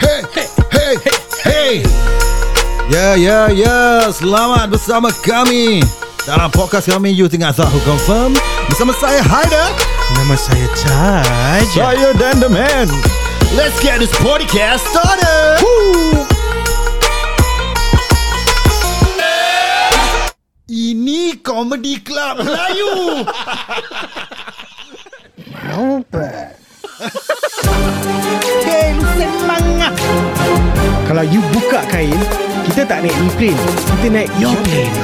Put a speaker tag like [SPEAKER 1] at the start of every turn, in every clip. [SPEAKER 1] Hey, hey, hey, hey. Ya, ya, ya. Selamat bersama kami. Dalam podcast kami You Tengah Sahur Confirm Bersama saya Haider
[SPEAKER 2] Nama saya Chaj
[SPEAKER 1] Saya Dan The Man Let's get this podcast started Ini Comedy Club Melayu
[SPEAKER 2] Kain semangah Kalau you buka kain Kita tak naik Ukraine Kita naik Ukraine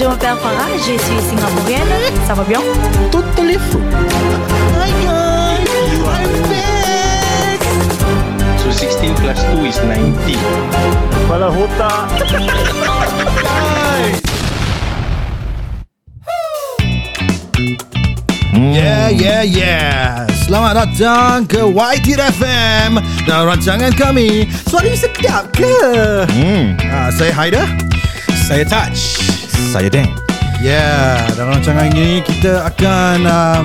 [SPEAKER 3] Je m'appelle Farah, je suis singapourienne. Ça va bien?
[SPEAKER 2] Totally full
[SPEAKER 4] So 16 plus 2 is 90.
[SPEAKER 1] Yeah, yeah, yeah Selamat datang ke YT FM Dan rancangan kami Suara you sedap ke? Hmm. Ah, saya Haida
[SPEAKER 2] Saya Touch
[SPEAKER 5] Saya Dan
[SPEAKER 1] Yeah, dalam rancangan ini kita akan um,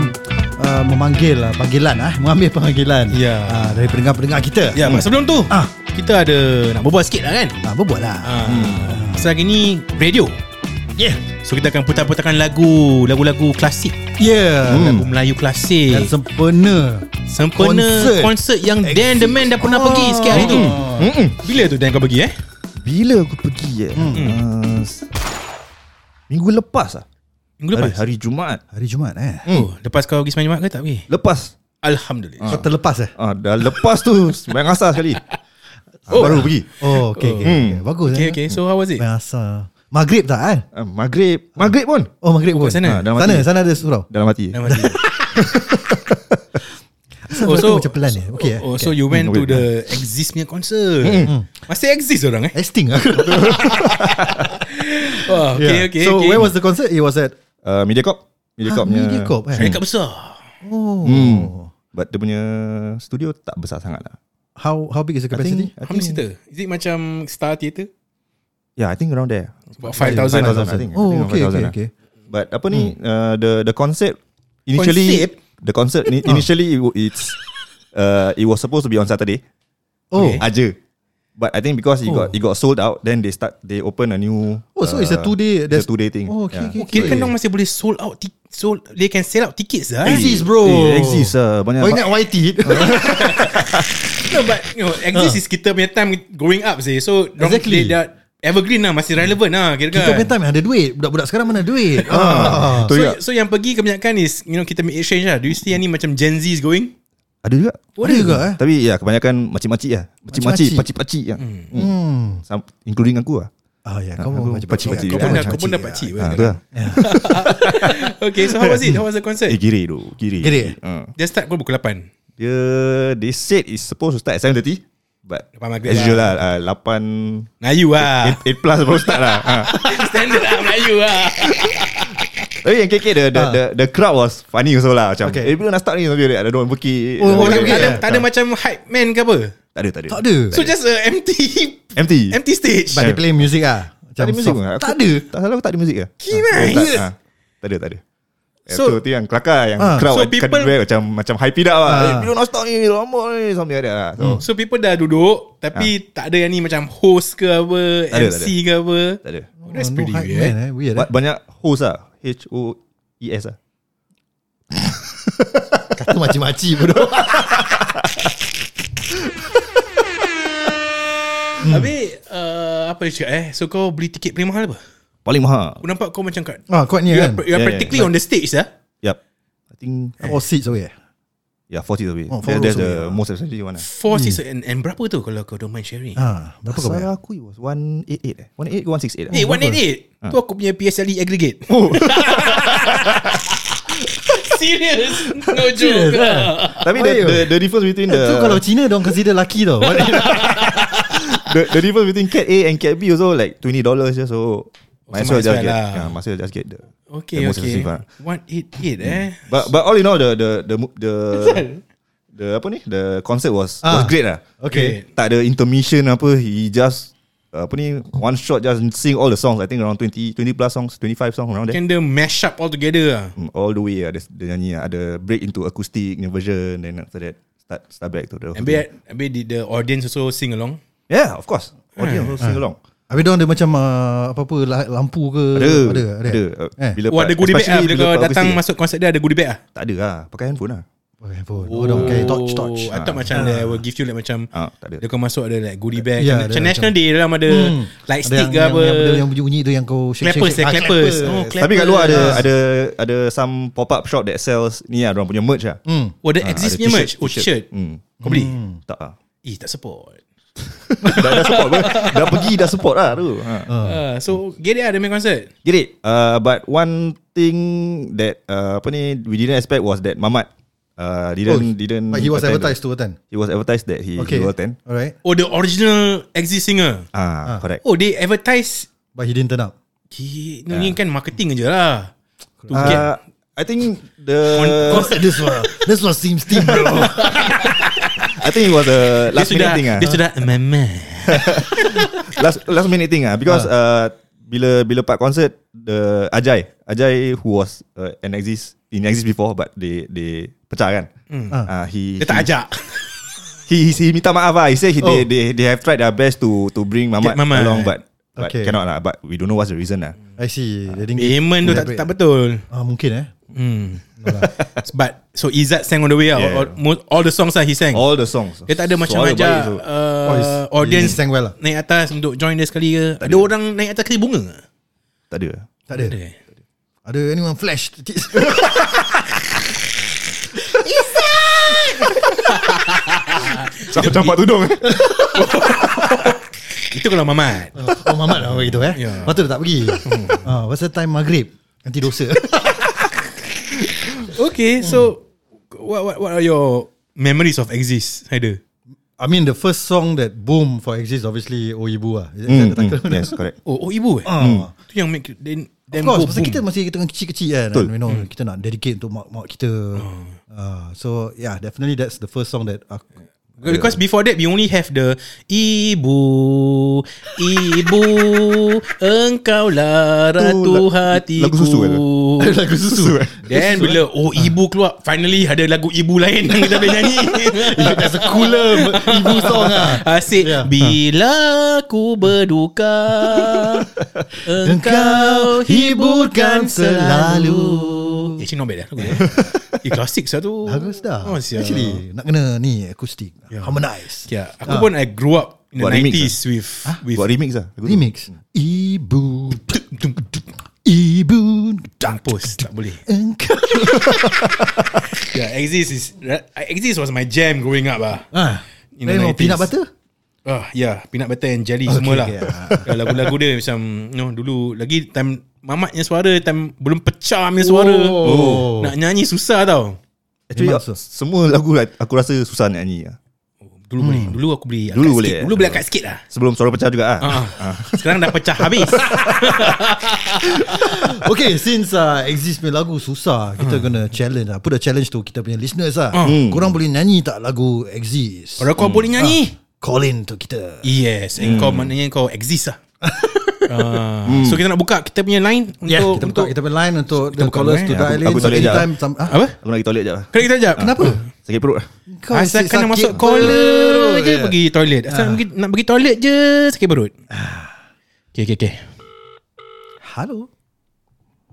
[SPEAKER 1] uh, memanggil uh, panggilan ah, mengambil panggilan
[SPEAKER 2] Ya.
[SPEAKER 1] ah, dari pendengar-pendengar kita.
[SPEAKER 2] Ya hmm. sebelum tu
[SPEAKER 1] Ah.
[SPEAKER 2] ah. Kita ada Nak berbual sikit lah kan
[SPEAKER 1] Ah, berbuatlah.
[SPEAKER 2] ah. Ya. hmm. So hari ni Radio
[SPEAKER 1] Yeah.
[SPEAKER 2] So kita akan putar-putarkan lagu Lagu-lagu klasik
[SPEAKER 1] Yeah.
[SPEAKER 2] Lagu
[SPEAKER 1] Hmm.
[SPEAKER 2] Melayu klasik
[SPEAKER 1] Dan sempurna. Konsert. Hmm.
[SPEAKER 2] Sempena konsert, konsert yang Dan The Man dah pernah
[SPEAKER 1] Oh.
[SPEAKER 2] pergi sikit hari tu
[SPEAKER 5] Mm-mm.
[SPEAKER 2] Bila tu Dan kau pergi eh?
[SPEAKER 5] Bila aku pergi eh uh, s- Minggu lepas lah
[SPEAKER 2] Minggu lepas? Hari, hari.
[SPEAKER 5] Hari, hari Jumaat
[SPEAKER 1] Hari Jumaat eh.
[SPEAKER 2] Oh, lepas kau pergi semayang Jumaat ke tak pergi?
[SPEAKER 5] Lepas
[SPEAKER 2] Alhamdulillah.
[SPEAKER 1] Kau terlepas eh?
[SPEAKER 5] ah, Dah lepas tu Semayang asal sekali
[SPEAKER 2] Oh.
[SPEAKER 5] oh. Baru pergi
[SPEAKER 1] Oh, okay, okay,
[SPEAKER 5] Hmm.
[SPEAKER 1] okay. Bagus
[SPEAKER 2] Okay,
[SPEAKER 1] eh.
[SPEAKER 2] okay. So how was it?
[SPEAKER 1] Biasa. Maghrib tak kan?
[SPEAKER 5] ah, Maghrib Maghrib pun
[SPEAKER 1] Oh, Maghrib pun.
[SPEAKER 2] kat sana?
[SPEAKER 5] Ah, dalam
[SPEAKER 1] sana,
[SPEAKER 5] hati.
[SPEAKER 1] sana ada surau.
[SPEAKER 5] Dalam hati
[SPEAKER 2] Dah mati.
[SPEAKER 1] Asal oh, so, macam pelan eh. Okay Hmm. eh.
[SPEAKER 2] Oh, so you went to the Exist punya concert. Masih Exist orang eh?
[SPEAKER 1] Extinct ah.
[SPEAKER 2] Wah, okay,
[SPEAKER 1] Yeah.
[SPEAKER 2] okay,
[SPEAKER 1] So,
[SPEAKER 2] okay.
[SPEAKER 1] where was the concert? It was at
[SPEAKER 5] uh, Mediacorp
[SPEAKER 1] Ah,
[SPEAKER 5] Mediacorp punya
[SPEAKER 1] Mediacorp eh.
[SPEAKER 2] Dekat besar.
[SPEAKER 1] Oh.
[SPEAKER 5] hmm. But dia punya Studio tak besar sangat lah
[SPEAKER 1] How how big is the
[SPEAKER 5] I think,
[SPEAKER 1] capacity?
[SPEAKER 5] I
[SPEAKER 2] How many
[SPEAKER 5] think,
[SPEAKER 2] seater? Is it macam Star Theatre?
[SPEAKER 5] Yeah I think around there
[SPEAKER 2] About 5,000.
[SPEAKER 5] 5,000 I think I think
[SPEAKER 1] Oh,
[SPEAKER 5] around
[SPEAKER 1] okay,
[SPEAKER 5] 5,000
[SPEAKER 1] okay,
[SPEAKER 5] lah.
[SPEAKER 1] okay.
[SPEAKER 5] But apa ni uh, the the concept initially
[SPEAKER 2] Concept?
[SPEAKER 5] the concept ni- initially it, wa- it's uh, it was supposed to be on Saturday
[SPEAKER 1] Oh,
[SPEAKER 2] Okay.
[SPEAKER 5] aja. But I think because it
[SPEAKER 1] Oh.
[SPEAKER 5] got it got sold out then they start they open a new uh,
[SPEAKER 1] Oh, so it's a two day-
[SPEAKER 5] it's
[SPEAKER 1] there's-
[SPEAKER 5] a two day thing.
[SPEAKER 1] Oh, okay, okay.
[SPEAKER 2] Kira kan orang masih boleh sold out ti- sold, They can sell out tickets lah eh.
[SPEAKER 1] Exist bro.
[SPEAKER 5] Eh, exist uh, banyak
[SPEAKER 1] Kau ingat YT
[SPEAKER 2] No but you know, Exist is kita punya time Growing up sih So dorang-
[SPEAKER 1] Exactly.
[SPEAKER 2] They dah evergreen lah Masih relevant lah Kira
[SPEAKER 1] Kita
[SPEAKER 2] kan
[SPEAKER 1] punya time ada duit Budak-budak sekarang mana duit
[SPEAKER 5] Ah,
[SPEAKER 1] ah.
[SPEAKER 2] So,
[SPEAKER 5] tu juga.
[SPEAKER 2] so yang pergi kebanyakan is You know kita make exchange lah Do you see any macam Gen Z is going?
[SPEAKER 5] Ada juga.
[SPEAKER 1] Ada juga eh
[SPEAKER 5] Tapi ya kebanyakan macik-macik lah. Macik-macik,
[SPEAKER 1] Makcik-makcik.
[SPEAKER 5] pacik-pacik ya. Hmm.
[SPEAKER 1] Hmm.
[SPEAKER 5] Sam- Including aku lah.
[SPEAKER 1] Ah ya,
[SPEAKER 5] aku
[SPEAKER 1] kamu
[SPEAKER 5] pakcik-pakcik.
[SPEAKER 2] Kau
[SPEAKER 5] Yeah,
[SPEAKER 2] pun dah
[SPEAKER 5] macam
[SPEAKER 2] Kau pun dah pakcik
[SPEAKER 5] Ha, tu lah.
[SPEAKER 2] Okay so how was it? How was the concert?
[SPEAKER 5] Eh kiri tu, kiri.
[SPEAKER 1] Kiri?
[SPEAKER 5] Ha.
[SPEAKER 2] Dia start pukul 8
[SPEAKER 5] Dia they said it's supposed to start at 7:30 but
[SPEAKER 2] Lepas maghrib
[SPEAKER 5] as usual
[SPEAKER 2] lah.
[SPEAKER 5] lah uh, 8
[SPEAKER 2] Melayu
[SPEAKER 1] Ah.
[SPEAKER 2] lah
[SPEAKER 5] 8 plus baru start lah. Ha.
[SPEAKER 2] Standard lah Melayu lah
[SPEAKER 5] Tapi Eh, yang KK the the,
[SPEAKER 1] Ah.
[SPEAKER 5] the, the crowd was funny also lah macam.
[SPEAKER 1] Okay.
[SPEAKER 5] Okay. Eh bila nak start ni tapi ada orang pergi.
[SPEAKER 1] Oh,
[SPEAKER 2] oh,
[SPEAKER 1] okay,
[SPEAKER 2] tak,
[SPEAKER 1] okay.
[SPEAKER 2] tak ada, tak ada macam hype man ke apa
[SPEAKER 5] Tak ada tak ada.
[SPEAKER 1] Tak ada
[SPEAKER 2] So just a empty
[SPEAKER 5] Empty.
[SPEAKER 2] Empty stage
[SPEAKER 1] But they play music ah
[SPEAKER 5] Tak ada muzik pun.
[SPEAKER 1] soft.
[SPEAKER 5] Aku-
[SPEAKER 1] Tak ada
[SPEAKER 5] Tak salah aku tak ada muzik ke?
[SPEAKER 2] Kira,
[SPEAKER 5] Ah, tak,
[SPEAKER 2] yes.
[SPEAKER 5] ah. tak ada tak ada. So,
[SPEAKER 2] So-
[SPEAKER 5] so tu yang kelakar yang
[SPEAKER 1] Ah.
[SPEAKER 5] uh, crowd
[SPEAKER 2] So,
[SPEAKER 5] so people,
[SPEAKER 2] people-
[SPEAKER 5] macam macam hype it up lah.
[SPEAKER 1] Ah. Hmm.
[SPEAKER 5] Eh, bila nak start ni lama ni sampai ada lah. So,
[SPEAKER 2] So people dah duduk Tapi tak ada yang ni macam host ke apa
[SPEAKER 5] Ah. Tak ada,
[SPEAKER 2] MC
[SPEAKER 5] tak ada.
[SPEAKER 2] ke apa
[SPEAKER 5] tak ada.
[SPEAKER 2] Oh, That's
[SPEAKER 1] No
[SPEAKER 2] pretty
[SPEAKER 1] hype man,
[SPEAKER 2] weird eh.
[SPEAKER 1] eh. Weird eh
[SPEAKER 5] Ba- banyak host lah. H O E S lah.
[SPEAKER 1] Kata macam-macam bodoh
[SPEAKER 2] Habis uh, Apa dia cakap eh So kau beli tiket paling mahal apa?
[SPEAKER 5] Paling mahal.
[SPEAKER 2] Aku nampak kau macam kat
[SPEAKER 1] Ah, kuat
[SPEAKER 5] Ya
[SPEAKER 1] ni
[SPEAKER 2] You
[SPEAKER 1] kan
[SPEAKER 2] are, you are
[SPEAKER 5] Yeah,
[SPEAKER 2] practically on the stage lah
[SPEAKER 5] Yep. I think
[SPEAKER 1] All seats oh, away
[SPEAKER 5] yeah 40 away.
[SPEAKER 1] Oh,
[SPEAKER 5] Oh,
[SPEAKER 1] four
[SPEAKER 5] that, that's
[SPEAKER 1] rows
[SPEAKER 5] the
[SPEAKER 1] away.
[SPEAKER 5] most expensive one lah.
[SPEAKER 2] Four seats and, and berapa tu Kalau kau don't mind sharing
[SPEAKER 1] Ah, Berapa kau bayar?
[SPEAKER 5] Salah aku it was 188 eh. 188 ke 168 lah.
[SPEAKER 2] Eh, 188 Tu aku punya PSLE E aggregate
[SPEAKER 5] Oh.
[SPEAKER 2] Serious No joke
[SPEAKER 5] eh?
[SPEAKER 2] lah.
[SPEAKER 5] Tapi the,
[SPEAKER 1] Ayuh.
[SPEAKER 5] the, the difference between the,
[SPEAKER 1] So Eh, kalau Cina Diorang consider lelaki tau
[SPEAKER 5] the the difference between cat A and cat B also like twenty dollars just so might as
[SPEAKER 2] might
[SPEAKER 5] well
[SPEAKER 2] as
[SPEAKER 5] just get
[SPEAKER 2] well lah.
[SPEAKER 5] yeah, might as well just get the
[SPEAKER 2] Okay
[SPEAKER 5] the most
[SPEAKER 2] okay
[SPEAKER 5] expensive lah.
[SPEAKER 2] 188 eh
[SPEAKER 5] But but all in all the the the mo- the Hmm. the apa ni the concert was
[SPEAKER 1] Ah.
[SPEAKER 5] was great lah.
[SPEAKER 1] Okay.
[SPEAKER 5] Tak ada intermission apa he just apa ni one shot just sing all the songs. I think around 20 20 plus songs, 25 songs around there.
[SPEAKER 2] Can they mash up all together lah
[SPEAKER 5] Mm, all the way ada dia nyanyi ada break into acoustic punya version then after that start start back to the
[SPEAKER 2] And be, be did the audience also sing along
[SPEAKER 5] Yeah, of course. Audience will sing along.
[SPEAKER 1] Habis diorang ada macam uh, apa-apa la- lampu ke
[SPEAKER 5] Ada
[SPEAKER 1] ada, ada.
[SPEAKER 5] ada.
[SPEAKER 1] Eh.
[SPEAKER 5] Bila
[SPEAKER 2] Oh ada
[SPEAKER 5] part-
[SPEAKER 2] goodie bag lah Bila
[SPEAKER 5] especially bila
[SPEAKER 2] kau
[SPEAKER 5] part
[SPEAKER 2] datang
[SPEAKER 5] acoustic.
[SPEAKER 2] masuk konsert dia Ada goodie bag lah
[SPEAKER 5] tak ada lah pakai handphone lah.
[SPEAKER 1] Pakai handphone. Oh, diorang pakai torch torch.
[SPEAKER 5] Oh,
[SPEAKER 2] I thought macam They will give you like macam
[SPEAKER 5] Ah, tak ada.
[SPEAKER 2] Dia kau masuk ada like goodie
[SPEAKER 1] Ya,
[SPEAKER 2] bag yeah, Macam
[SPEAKER 1] ada
[SPEAKER 2] national day dalam ada
[SPEAKER 1] Ada
[SPEAKER 2] Light stick
[SPEAKER 1] yang-
[SPEAKER 2] ke
[SPEAKER 1] yang-
[SPEAKER 2] apa
[SPEAKER 1] yang, benda yang bunyi-bunyi tu yang kau shake
[SPEAKER 2] Clappers
[SPEAKER 1] shake. shake.
[SPEAKER 2] eh
[SPEAKER 1] Ah,
[SPEAKER 2] Clappers Oh clappers
[SPEAKER 5] Tapi kat luar ada ada ada some pop up shop that sells ni lah orang punya merch lah. Hmm.
[SPEAKER 2] Oh ada exist punya merch Oh shirt
[SPEAKER 5] Hmm.
[SPEAKER 2] Kau beli
[SPEAKER 5] Tak lah.
[SPEAKER 2] Eh tak support
[SPEAKER 5] dah, dah support pun. Dah pergi dah support lah tu. Ha.
[SPEAKER 1] Hmm.
[SPEAKER 2] Ah, So get it lah Dia main konsert
[SPEAKER 5] Get it? Uh, but one thing that uh, apa ni we didn't expect was that Mamat uh, didn't
[SPEAKER 1] Oh,
[SPEAKER 5] didn't.
[SPEAKER 1] But he was
[SPEAKER 5] attend.
[SPEAKER 1] advertised to attend.
[SPEAKER 5] He was advertised that he,
[SPEAKER 1] Okay.
[SPEAKER 5] he will attend.
[SPEAKER 1] Alright.
[SPEAKER 2] Oh the original exist singer
[SPEAKER 5] Ah, correct.
[SPEAKER 2] Oh they advertise
[SPEAKER 1] But he didn't turn up.
[SPEAKER 2] Gila, Ni kan marketing je lah To get
[SPEAKER 5] Uh, I think the
[SPEAKER 2] Kon- kon-
[SPEAKER 1] this one. This one seems steam bro.
[SPEAKER 5] I think it was a
[SPEAKER 2] Dia
[SPEAKER 5] last
[SPEAKER 2] sudah
[SPEAKER 5] minute thing ah.
[SPEAKER 2] Dia sudah amendment
[SPEAKER 5] last last minute thing ah because uh, bila bila part concert the Ajay Ajay who was uh, an exist in exist before but they they pecah kan.
[SPEAKER 1] Ah.
[SPEAKER 5] Uh,
[SPEAKER 2] Hmm.
[SPEAKER 5] he
[SPEAKER 2] Dia tak
[SPEAKER 5] he,
[SPEAKER 2] ajak
[SPEAKER 5] he, he, he minta maaf lah. He said he,
[SPEAKER 1] Oh.
[SPEAKER 5] they, they they have tried their best to to bring
[SPEAKER 2] Get
[SPEAKER 5] Mamat,
[SPEAKER 2] Mamat. Hmm.
[SPEAKER 5] along but but
[SPEAKER 1] Okay.
[SPEAKER 5] cannot lah. But we don't know what's the reason lah.
[SPEAKER 1] I see. They didn't get-
[SPEAKER 2] Payment Eh, tu tak,
[SPEAKER 1] elaborate.
[SPEAKER 2] tak betul
[SPEAKER 1] Ah mungkin eh.
[SPEAKER 2] Hmm. But so Izzat sang on the way out.
[SPEAKER 5] Yeah. Oh.
[SPEAKER 2] All, most- all the songs lah he sang.
[SPEAKER 5] All the songs.
[SPEAKER 2] dia tak ada macam
[SPEAKER 5] Soal
[SPEAKER 2] ajak
[SPEAKER 5] baik tu.
[SPEAKER 2] uh,
[SPEAKER 1] Oh, he's- he
[SPEAKER 2] audience
[SPEAKER 1] sang well lah.
[SPEAKER 2] naik atas untuk join dia sekali ke. Ada orang naik atas kali bunga ke?
[SPEAKER 5] Tak ada.
[SPEAKER 1] Tak ada.
[SPEAKER 2] Ada eh?
[SPEAKER 1] Ada anyone flash?
[SPEAKER 5] Siapa campak tudung?
[SPEAKER 2] Itu kalau Mamat.
[SPEAKER 1] oh mamat lah begitu eh.
[SPEAKER 2] Ya.
[SPEAKER 1] Yeah. Patut dia tak pergi. Ah pasal time maghrib nanti dosa.
[SPEAKER 2] okay, so what, what what are your memories of Exist, Haider?
[SPEAKER 1] I mean the first song that boom for Exist obviously Oh Ibu lah. Is that- is
[SPEAKER 5] mm,
[SPEAKER 1] that the title?
[SPEAKER 5] mm, yes, correct.
[SPEAKER 2] Oh, oh ibu eh?
[SPEAKER 1] Ah.
[SPEAKER 2] Itu yang make then
[SPEAKER 1] Of
[SPEAKER 2] them
[SPEAKER 1] course,
[SPEAKER 2] go
[SPEAKER 1] pasal
[SPEAKER 2] boom. Hmm.
[SPEAKER 1] kita masih kita kan kecil-kecil kan.
[SPEAKER 5] Betul.
[SPEAKER 1] And, you know, kita nak dedicate untuk mak-mak kita. Uh, so yeah, definitely that's the first song that aku,
[SPEAKER 2] Because before that we only have the ibu ibu engkaulah ratu
[SPEAKER 5] lagu-
[SPEAKER 2] hatiku.
[SPEAKER 5] lagu susu ke tu? eh?
[SPEAKER 1] lagu susu.
[SPEAKER 2] eh.
[SPEAKER 1] eh.
[SPEAKER 2] Then bila oh ibu keluar finally ada lagu ibu lain yang kita boleh nyanyi.
[SPEAKER 1] That's a cooler ibu song ah.
[SPEAKER 2] Asyik
[SPEAKER 5] Ya.
[SPEAKER 1] Yeah.
[SPEAKER 2] Bila ku berduka Engkau hiburkan selalu Actually not bad lah Eh klasik satu
[SPEAKER 1] Lagu sedap.
[SPEAKER 2] oh, Ya. Actually
[SPEAKER 1] Actually, nak kena ni acoustic, harmonize.
[SPEAKER 2] yeah, Aku pun I grew up In the
[SPEAKER 5] ah. Buat remix eh?
[SPEAKER 2] 90s with, with
[SPEAKER 5] Buat remix lah. lagu tu.
[SPEAKER 1] Remix. Ibu ibu
[SPEAKER 2] Mampus Tak boleh
[SPEAKER 1] engkau.
[SPEAKER 2] Yeah Exist is Exist was my jam Growing up lah
[SPEAKER 1] Ah.
[SPEAKER 2] In the
[SPEAKER 1] Then
[SPEAKER 2] 90s.
[SPEAKER 1] peanut butter?
[SPEAKER 2] Ah, ya, peanut butter and jelly
[SPEAKER 1] Okay,
[SPEAKER 2] okay, semualah.
[SPEAKER 1] okay,
[SPEAKER 2] Okay,
[SPEAKER 1] ah.
[SPEAKER 2] yeah. Lagu-lagu dia macam no, dulu lagi time mamatnya suara, time belum pecah punya suara.
[SPEAKER 1] Oh.
[SPEAKER 2] Nak nyanyi susah tau.
[SPEAKER 5] Actually,
[SPEAKER 1] Memang susah.
[SPEAKER 5] semua lagu lah, aku rasa susah nak nyanyi lah.
[SPEAKER 2] Dulu hmm. boleh, dulu aku beli
[SPEAKER 5] Dulu
[SPEAKER 2] akad
[SPEAKER 5] boleh,
[SPEAKER 2] sikit.
[SPEAKER 5] eh?
[SPEAKER 2] Dulu boleh akad sikit lah.
[SPEAKER 5] Sebelum suara pecah juga ah.
[SPEAKER 2] Ah. Sekarang dah pecah habis.
[SPEAKER 1] Okay, since uh, exist punya lagu susah,
[SPEAKER 2] Hmm.
[SPEAKER 1] kita kena challenge lah. Put a challenge to kita punya listeners lah. Korang boleh nyanyi tak lagu exist?
[SPEAKER 2] Orang kau boleh nyanyi.
[SPEAKER 1] Call in to kita.
[SPEAKER 2] Yes, and kau maknanya kau exist lah. Ah, So kita nak buka kita punya line untuk
[SPEAKER 1] Yeah, kita buka
[SPEAKER 2] untuk
[SPEAKER 1] kita punya line untuk the
[SPEAKER 2] buka
[SPEAKER 1] callers
[SPEAKER 2] line. eh.
[SPEAKER 1] to
[SPEAKER 5] Aku-
[SPEAKER 1] dial in.
[SPEAKER 5] aku
[SPEAKER 1] so
[SPEAKER 5] tolak je
[SPEAKER 1] anytime
[SPEAKER 5] lah.
[SPEAKER 1] some- ah,
[SPEAKER 2] apa?
[SPEAKER 5] Aku nak pergi toilet sekejap lah.
[SPEAKER 2] Kena kita jap.
[SPEAKER 1] Kenapa?
[SPEAKER 5] Sakit perut lah.
[SPEAKER 1] Kau
[SPEAKER 2] Asal
[SPEAKER 1] asyik
[SPEAKER 2] kena
[SPEAKER 1] sakit
[SPEAKER 2] masuk
[SPEAKER 1] perut
[SPEAKER 2] kola je
[SPEAKER 1] je.
[SPEAKER 2] pergi toilet. Asal pergi, nak pergi toilet je sakit perut. Okay, okay, okay.
[SPEAKER 1] Hello?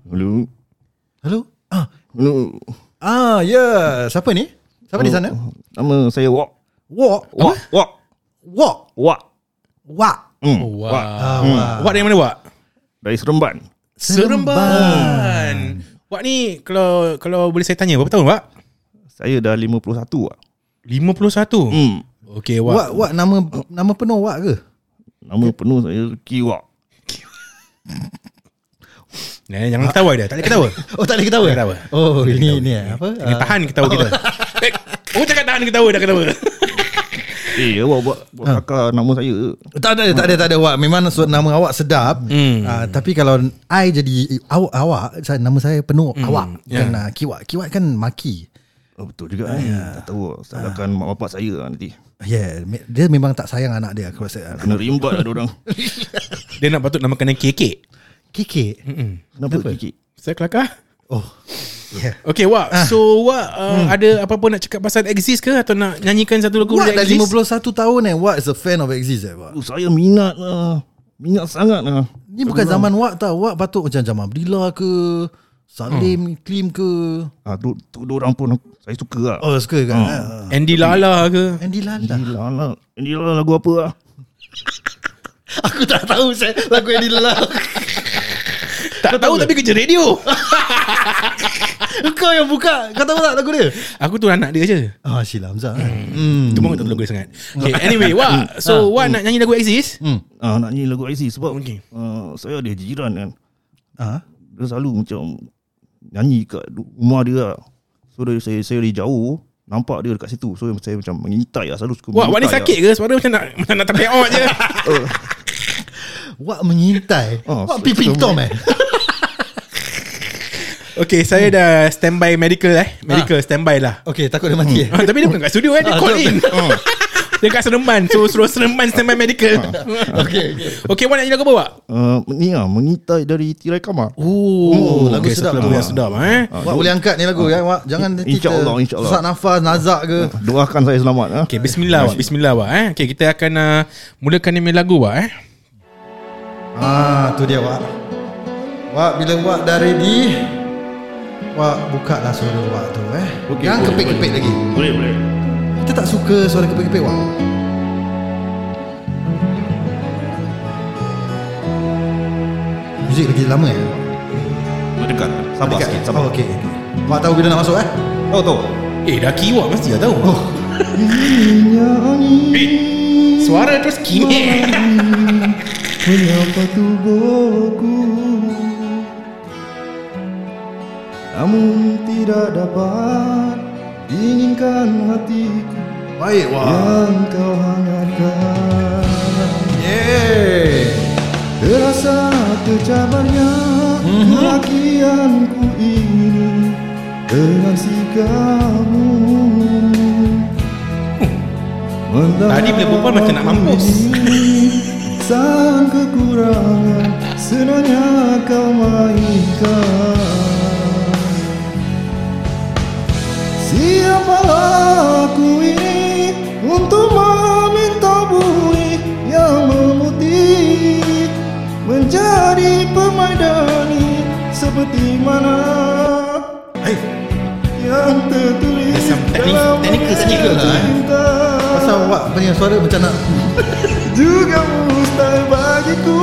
[SPEAKER 5] Lu,
[SPEAKER 1] Hello? Ah,
[SPEAKER 5] lu,
[SPEAKER 1] ah ya. Yeah. Siapa ni? Siapa Oh, di sana?
[SPEAKER 2] Oh.
[SPEAKER 5] nama saya Wak.
[SPEAKER 1] Walk.
[SPEAKER 5] Wak, Wak,
[SPEAKER 1] Walk.
[SPEAKER 5] Wak.
[SPEAKER 1] Walk.
[SPEAKER 5] Hmm.
[SPEAKER 2] Oh, Wak. Wak dari mana Wak?
[SPEAKER 5] Dari Seremban.
[SPEAKER 2] Seremban. Wak ni kalau kalau boleh saya tanya berapa tahun Wak?
[SPEAKER 5] Saya dah 51 Wak.
[SPEAKER 2] 51.
[SPEAKER 5] Hmm.
[SPEAKER 2] Okay Wak.
[SPEAKER 1] Walk. Walk. Nama nama penuh Walk ke?
[SPEAKER 5] Nama penuh saya Ki Wak.
[SPEAKER 2] Nah, Eh, jangan ketawa dia. Tak boleh ketawa.
[SPEAKER 1] Oh tak boleh ketawa?
[SPEAKER 2] Tak boleh ketawa.
[SPEAKER 1] Oh ini ni eh, apa?
[SPEAKER 2] Ini tahan ketawa kita. Eh, Aku cakap tahan ketawa dah ketawa.
[SPEAKER 5] Eh, awak buat, buat kakak nama saya.
[SPEAKER 1] Tak ada, tak ada, tak ada awak. Memang so, nama awak sedap. Hmm. Uh, tapi kalau I jadi awak, awak saya, nama saya penuh hmm. awak. Yeah. Kan uh, kiwak. Kiwak kan maki.
[SPEAKER 5] Hmm, Oh, betul juga. Eh. Tak tahu. Salahkan mak bapak saya lah nanti.
[SPEAKER 1] Yeah, Ya, me- dia memang tak sayang anak dia aku rasa.
[SPEAKER 5] Kena rimbat lah orang.
[SPEAKER 2] Dia nak patut nama kena kekek.
[SPEAKER 1] Kiki.
[SPEAKER 5] Kenapa? Kiki?
[SPEAKER 2] Saya kelakar.
[SPEAKER 1] Oh. Yeah.
[SPEAKER 2] Okay, Wak. So, Wak, uh, ada apa-apa nak cakap pasal Exist ke? Atau nak nyanyikan satu lagu
[SPEAKER 1] Wak
[SPEAKER 2] dari
[SPEAKER 1] dah
[SPEAKER 2] Exist?
[SPEAKER 1] 51 tahun eh. Wak is a fan of Exist eh, Wak.
[SPEAKER 5] Oh, saya minat lah. Minat sangat lah.
[SPEAKER 1] Ni bukan zaman Wak tau. Wak patut macam zaman Abdillah ke, Salim, Klim ke.
[SPEAKER 5] Ah, tu, tu orang pun aku- saya suka lah.
[SPEAKER 1] Oh, suka kan? Ha.
[SPEAKER 2] Andy Lala ke?
[SPEAKER 1] Andy Lala.
[SPEAKER 5] Gila lah. Ini lah lagu apa lah.
[SPEAKER 1] Aku tak tahu saya lagu Andy Lala.
[SPEAKER 2] Tak tahu tapi kerja radio.
[SPEAKER 1] Kau yang buka. Kau tahu tak lagu dia?
[SPEAKER 2] Aku tu anak dia je.
[SPEAKER 1] Ah, Sheila Hamzah.
[SPEAKER 2] Hmm. Ah. Cuma aku tak tahu lagu dia sangat. Okay, anyway, Wak. So, Wak nak nyanyi lagu Exist?
[SPEAKER 5] Ah, nak nyanyi lagu IC sebab
[SPEAKER 2] Okey.
[SPEAKER 5] ah, saya ada jiran kan.
[SPEAKER 1] Ah.
[SPEAKER 5] Dia selalu macam nyanyi kat rumah dia lah. So dia, saya, saya dari jauh nampak dia dekat situ. So saya macam mengintai lah selalu suka
[SPEAKER 2] Wak, Wak ni
[SPEAKER 5] mengintai
[SPEAKER 2] sakit ke? Suara macam nak macam nak terpeak out je.
[SPEAKER 1] Wak mengintai.
[SPEAKER 5] Oh,
[SPEAKER 1] Wak
[SPEAKER 5] so-
[SPEAKER 1] piping Tom eh.
[SPEAKER 2] Okay, saya dah standby medical eh. Medical standby lah.
[SPEAKER 1] Okay, takut dia mati eh.
[SPEAKER 5] Hmm.
[SPEAKER 2] Ah, tapi dia bukan kat studio eh.
[SPEAKER 1] Ah,
[SPEAKER 2] Dia call
[SPEAKER 1] betul,
[SPEAKER 2] in. Dia kat Seremban. So, suruh Seremban standby medical.
[SPEAKER 1] Okay, okay.
[SPEAKER 2] Okay, Wak nak nyanyi lagu apa, Wak?
[SPEAKER 5] Ah, ni lah mengintai dari tirai kamar.
[SPEAKER 2] Oh,
[SPEAKER 1] lagu
[SPEAKER 2] okay,
[SPEAKER 1] sedap tu,
[SPEAKER 2] satu Lagu yang
[SPEAKER 1] Wak.
[SPEAKER 5] lah.
[SPEAKER 2] sedap eh.
[SPEAKER 1] Wak boleh angkat ni
[SPEAKER 5] Ah.
[SPEAKER 1] lagu ya, Wak. Jangan nanti
[SPEAKER 5] InsyaAllah,
[SPEAKER 1] ter-
[SPEAKER 5] insyaAllah.
[SPEAKER 1] Sesak nafas, nazak ke.
[SPEAKER 5] Doakan saya selamat ah.
[SPEAKER 2] Okay, bismillah Wak. Bismillah Wak. Eh. Okay, kita akan uh, mulakan dengan lagu Wak. Eh.
[SPEAKER 1] Ah, tu dia Wak. Wak bila Wak dah ready, Wak buka lah suara Wak tu eh. Okay, Jangan kepik-kepik lagi.
[SPEAKER 5] Boleh boleh.
[SPEAKER 1] Kita tak suka suara kepik-kepik Wak. Muzik lagi lama ya?
[SPEAKER 5] Dekat. Sabar
[SPEAKER 1] Dekat.
[SPEAKER 5] sikit, sabar.
[SPEAKER 1] Oh, okay. okay. Wak tahu bila nak masuk eh?
[SPEAKER 5] Tahu tahu.
[SPEAKER 2] eh, dah key Wak. Mesti dah tahu. Oh. eh, suara terus key.
[SPEAKER 5] Mengapa tubuhku Namun tidak dapat Inginkan hatiku
[SPEAKER 1] Baik Wak.
[SPEAKER 5] Yang kau hangatkan
[SPEAKER 1] Ya. Yeah.
[SPEAKER 5] Terasa tercabarnya
[SPEAKER 2] Mhm.
[SPEAKER 5] Kelakianku ini Dengan sikapmu
[SPEAKER 2] Oh. Tadi bila berbual macam nak mampus.
[SPEAKER 5] Sang kekurangan Senangnya kau mainkan Siapalah aku ini Untuk meminta bumi Yang memutih Menjadi permaidani Seperti mana Yang tertulis
[SPEAKER 2] Some teknik- teknikal sikit ke lah, eh?
[SPEAKER 5] cinta.
[SPEAKER 1] Pasal Wak punya suara macam nak
[SPEAKER 5] Juga mustahil bagiku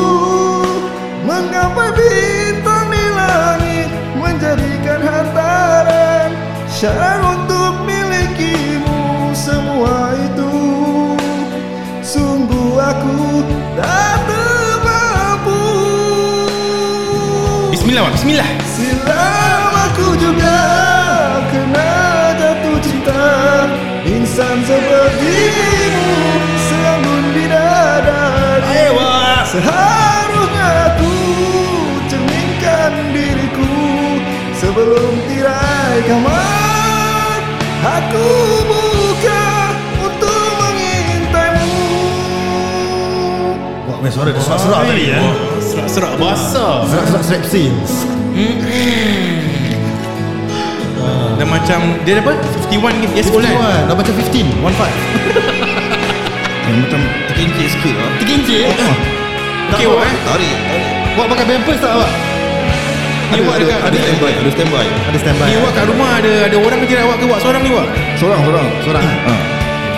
[SPEAKER 5] Mengapa bintang di langit Menjadikan hantaran Syarat untuk milikimu Semua itu Sungguh aku tak termampu
[SPEAKER 2] Bismillah Wak. Bismillah.
[SPEAKER 5] Silam aku juga Kena jatuh cinta Insan sepertimu Selambun di dada Seharusnya aku cerminkan diriku Sebelum tirai kamar Aku buka untuk mengintaimu
[SPEAKER 1] Wak punya suara dia serak-serak tadi ya
[SPEAKER 2] Serak-serak basah.
[SPEAKER 1] Serak-serak strap scenes
[SPEAKER 2] Dah macam, dia dah apa? 51 gitu. Dia sekolah.
[SPEAKER 1] Wah, dah macam 15 One five
[SPEAKER 5] Macam terkincir sikit lah
[SPEAKER 1] Terkincir
[SPEAKER 2] eh? Okay Wak. Eh.
[SPEAKER 5] Tarik
[SPEAKER 1] Wak pakai pampers tak Wak?
[SPEAKER 2] Ni Wak dekat.
[SPEAKER 5] standby Eh, Ada standby
[SPEAKER 1] Ada standby
[SPEAKER 2] Ni Wak kat rumah ada ada orang ke tidak Wak ke Wak? Seorang ni Wak.
[SPEAKER 5] Seorang seorang
[SPEAKER 1] Seorang eh?
[SPEAKER 5] ha.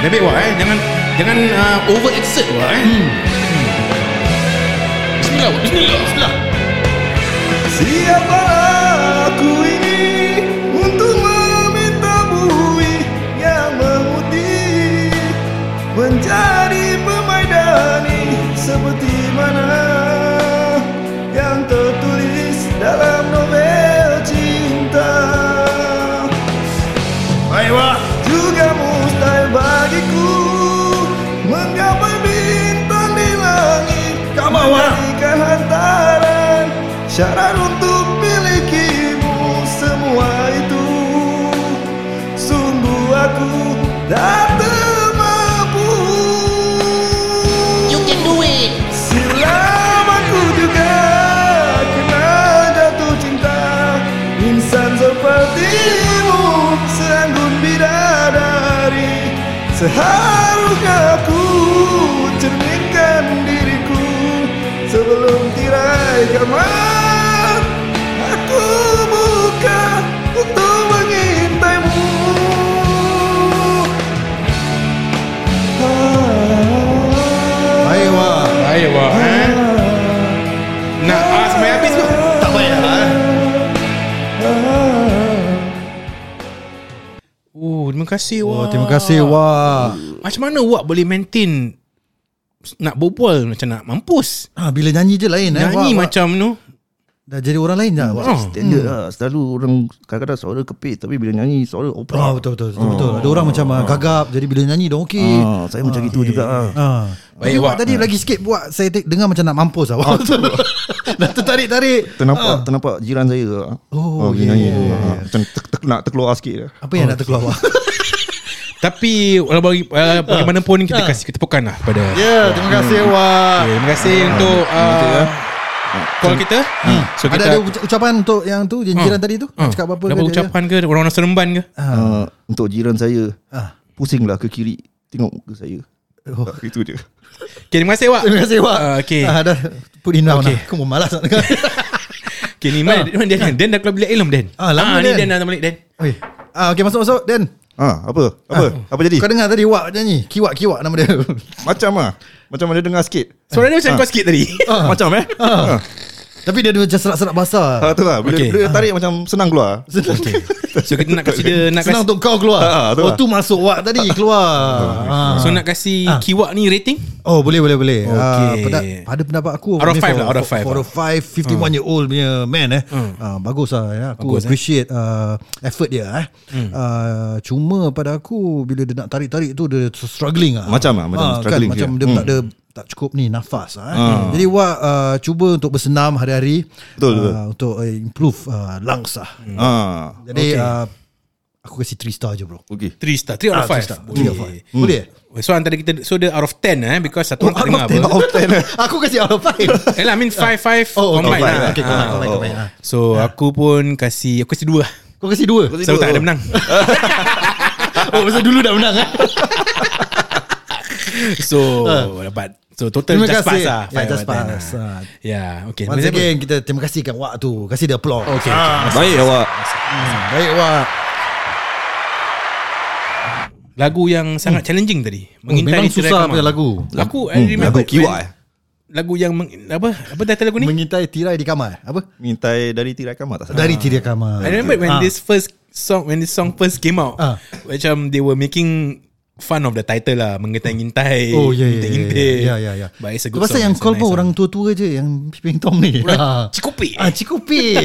[SPEAKER 2] Lebih Wak eh. Jangan jangan uh, over exert Wak eh. Hmm. Bismillah Wak. Bismillah. Bismillah.
[SPEAKER 5] Siapa aku ini untuk meminta bumi yang memutih Menjadi pemaidani seperti mana yang tertulis dalam novel cinta Juga mustahil bagiku menggapai bintang di langit Kamu Menjadikan hantaran syarat untuk milikimu semua itu Sungguh aku tak termampu Seharusnya aku cerminkan diriku Sebelum tirai kamar Aku buka untuk mengintaimu
[SPEAKER 1] Baik wah.
[SPEAKER 2] Baik wah eh? Nak ah, semai habis tu Tak payah eh? Oh, terima kasih
[SPEAKER 1] Oh,
[SPEAKER 2] Wak.
[SPEAKER 1] terima kasih wah.
[SPEAKER 2] Macam mana Wak boleh maintain nak berbual macam nak mampus?
[SPEAKER 1] Ah, bila nyanyi je lain eh.
[SPEAKER 2] Nyanyi
[SPEAKER 1] Wak, Wak.
[SPEAKER 2] macam tu.
[SPEAKER 1] dah jadi orang lain dah. Wak.
[SPEAKER 5] Hmm.
[SPEAKER 2] Oh.
[SPEAKER 6] Standard lah Selalu orang Kadang-kadang suara kepit Tapi bila nyanyi Suara opera
[SPEAKER 1] Oh, betul betul betul. betul. Ada orang macam ah, gagap jadi bila nyanyi dah okey.
[SPEAKER 6] Ah, Saya macam itu juga lah
[SPEAKER 1] Ah.
[SPEAKER 2] Baik,
[SPEAKER 1] Baik, Wak,
[SPEAKER 2] Wak.
[SPEAKER 1] tadi lagi sikit buat saya te- dengar macam nak mampus lah. Wak. Dah tertarik-tarik.
[SPEAKER 6] Ternampak Ternampak jiran
[SPEAKER 5] ah.
[SPEAKER 6] saya
[SPEAKER 1] Oh,
[SPEAKER 6] dia
[SPEAKER 1] yeah.
[SPEAKER 6] nyanyi tu. Ah, Macam ter- ter- nak terkeluar sikit lah.
[SPEAKER 1] Apa yang nak terkeluar? Wak?
[SPEAKER 2] Tapi walau bagi, uh, bagaimanapun kita kasih kita tepukan lah kepada.
[SPEAKER 1] Eh, Ya, yeah, terima kasih Wak. Hmm.
[SPEAKER 2] Okay, terima kasih untuk uh, call kita. Hmm. So
[SPEAKER 1] ya. Ada ada uca- ucapan untuk yang tu jenjiran tadi tu?
[SPEAKER 2] Hmm.
[SPEAKER 1] Nak Cakap apa-apa
[SPEAKER 2] Dapat
[SPEAKER 1] ke dia? Eh.
[SPEAKER 2] ucapan ke Orang-orang seremban ke
[SPEAKER 6] Ah, Untuk jiran saya
[SPEAKER 1] Ah.
[SPEAKER 6] Pusinglah ke kiri Tengok muka saya
[SPEAKER 1] Oh.
[SPEAKER 6] Ah, Itu dia
[SPEAKER 2] Okay terima kasih Wak
[SPEAKER 1] Terima kasih Wak.
[SPEAKER 2] Ah, Okay
[SPEAKER 1] Ah, dah put in down.
[SPEAKER 2] Okay.
[SPEAKER 1] Okay. Aku mau malas nak dengar.
[SPEAKER 2] Okay ni mana Dan Dan dah keluar bilik Elom Dan
[SPEAKER 1] Ah, lama
[SPEAKER 2] Ni
[SPEAKER 1] Dan.
[SPEAKER 2] Dan dah balik Dan
[SPEAKER 1] okay. Ah, okay masuk masuk Dan.
[SPEAKER 5] Ah, apa? Apa? Apa jadi?
[SPEAKER 1] Kau dengar tadi Wak nyanyi. Kiwak kiwak nama dia.
[SPEAKER 5] Macam ah. Macam mana dengar sikit.
[SPEAKER 2] Suara
[SPEAKER 1] Ah.
[SPEAKER 2] dia macam kau sikit tadi
[SPEAKER 5] Macam eh? Ah.
[SPEAKER 1] Tapi dia ada macam serak-serak
[SPEAKER 5] Ah,
[SPEAKER 1] basah.
[SPEAKER 5] tu lah. Bila,
[SPEAKER 2] Okay.
[SPEAKER 5] bila tarik macam senang keluar.
[SPEAKER 2] Okay So kita nak kasi dia nak
[SPEAKER 1] Senang
[SPEAKER 2] kasi,
[SPEAKER 1] untuk kau keluar.
[SPEAKER 5] Ah, tu
[SPEAKER 1] oh
[SPEAKER 5] lah.
[SPEAKER 1] tu masuk Wak tadi keluar. Ah.
[SPEAKER 2] So nak kasi Kiwak ni rating
[SPEAKER 1] Oh boleh boleh boleh. Okay. Uh,
[SPEAKER 2] Okay.
[SPEAKER 1] pada, pada pendapat aku
[SPEAKER 2] Out of
[SPEAKER 1] ni
[SPEAKER 2] five
[SPEAKER 1] for-
[SPEAKER 2] lah, out of five
[SPEAKER 1] For
[SPEAKER 2] lah. Hmm.
[SPEAKER 1] a five 51 year old punya man eh. Uh, bagus lah ya. Aku
[SPEAKER 2] Bagus, eh. Hmm.
[SPEAKER 1] appreciate uh, effort dia eh. Uh, cuma pada aku bila dia nak tarik-tarik tu dia struggling ah.
[SPEAKER 5] Macam lah, macam
[SPEAKER 1] Ah,
[SPEAKER 5] struggling
[SPEAKER 1] kan, macam
[SPEAKER 5] dia.
[SPEAKER 1] dia
[SPEAKER 2] Hmm.
[SPEAKER 1] tak ada tak cukup ni nafas ah. Eh. Jadi wah uh, cuba untuk bersenam hari-hari
[SPEAKER 5] Betul,
[SPEAKER 1] ah,
[SPEAKER 5] betul.
[SPEAKER 1] untuk uh, improve uh, lungs ah.
[SPEAKER 2] Hmm.
[SPEAKER 5] Ah.
[SPEAKER 1] Jadi uh, aku kasi 3 star je bro. Ah,
[SPEAKER 5] Okey.
[SPEAKER 2] 3 star 3 out of 5
[SPEAKER 1] 3 out of five. Boleh?
[SPEAKER 2] So antara kita So dia out of 10 eh Because satu orang tak
[SPEAKER 1] Out
[SPEAKER 2] dengar apa
[SPEAKER 1] of 10. Aku kasi out of 5.
[SPEAKER 2] Eh lah I mean 5
[SPEAKER 1] Oh,
[SPEAKER 2] 5
[SPEAKER 1] okay,
[SPEAKER 2] combine
[SPEAKER 1] combine.
[SPEAKER 2] lah
[SPEAKER 1] Okay,
[SPEAKER 2] Ah.
[SPEAKER 1] combine, combine, combine. Ah.
[SPEAKER 2] So aku pun kasi Aku kasi 2
[SPEAKER 1] Kau kasi dua
[SPEAKER 2] Selalu tak ada menang
[SPEAKER 1] Oh pasal dulu dah menang eh?
[SPEAKER 2] So dapat So
[SPEAKER 1] Ah.
[SPEAKER 2] total
[SPEAKER 1] Terima
[SPEAKER 2] just
[SPEAKER 1] kasih.
[SPEAKER 2] pass lah
[SPEAKER 1] Ya,
[SPEAKER 2] Five
[SPEAKER 1] just
[SPEAKER 2] out of ten
[SPEAKER 1] pass.
[SPEAKER 2] lah.
[SPEAKER 1] Ah.
[SPEAKER 2] Ya okay
[SPEAKER 1] Once again kita terima kasih kat Wak tu Kasih dia applause Oh,
[SPEAKER 2] Okay, okay.
[SPEAKER 5] Baik awak.
[SPEAKER 1] Hmm, Baik Wak
[SPEAKER 2] Lagu yang sangat challenging tadi.
[SPEAKER 1] Hmm. Oh, memang
[SPEAKER 2] tirai
[SPEAKER 1] susah
[SPEAKER 2] kamar.
[SPEAKER 1] punya lagu.
[SPEAKER 2] Aku I remember
[SPEAKER 5] Lagu kiwak eh.
[SPEAKER 2] when- Lagu yang meng, apa apa title lagu ni?
[SPEAKER 1] Mengintai tirai di kamar Apa?
[SPEAKER 5] Mintai dari tirai kamar tak salah.
[SPEAKER 1] Dari tirai kamar
[SPEAKER 2] Ah. I remember
[SPEAKER 1] Ah.
[SPEAKER 2] when this first song when this song first came out.
[SPEAKER 1] Ah.
[SPEAKER 2] Macam they were making fun of the title lah, mengintai-ngintai.
[SPEAKER 1] Oh ya ya
[SPEAKER 2] ngintai-ngintai.
[SPEAKER 1] ya ya ya.
[SPEAKER 2] But it's a
[SPEAKER 1] Tu
[SPEAKER 2] good
[SPEAKER 1] pasal
[SPEAKER 2] song,
[SPEAKER 1] yang
[SPEAKER 2] it's a
[SPEAKER 1] call
[SPEAKER 2] nice
[SPEAKER 1] pun
[SPEAKER 2] song.
[SPEAKER 1] orang tua-tua je yang Piping Tom ni. Ha.
[SPEAKER 2] Cikupi.
[SPEAKER 1] Ah cikupi.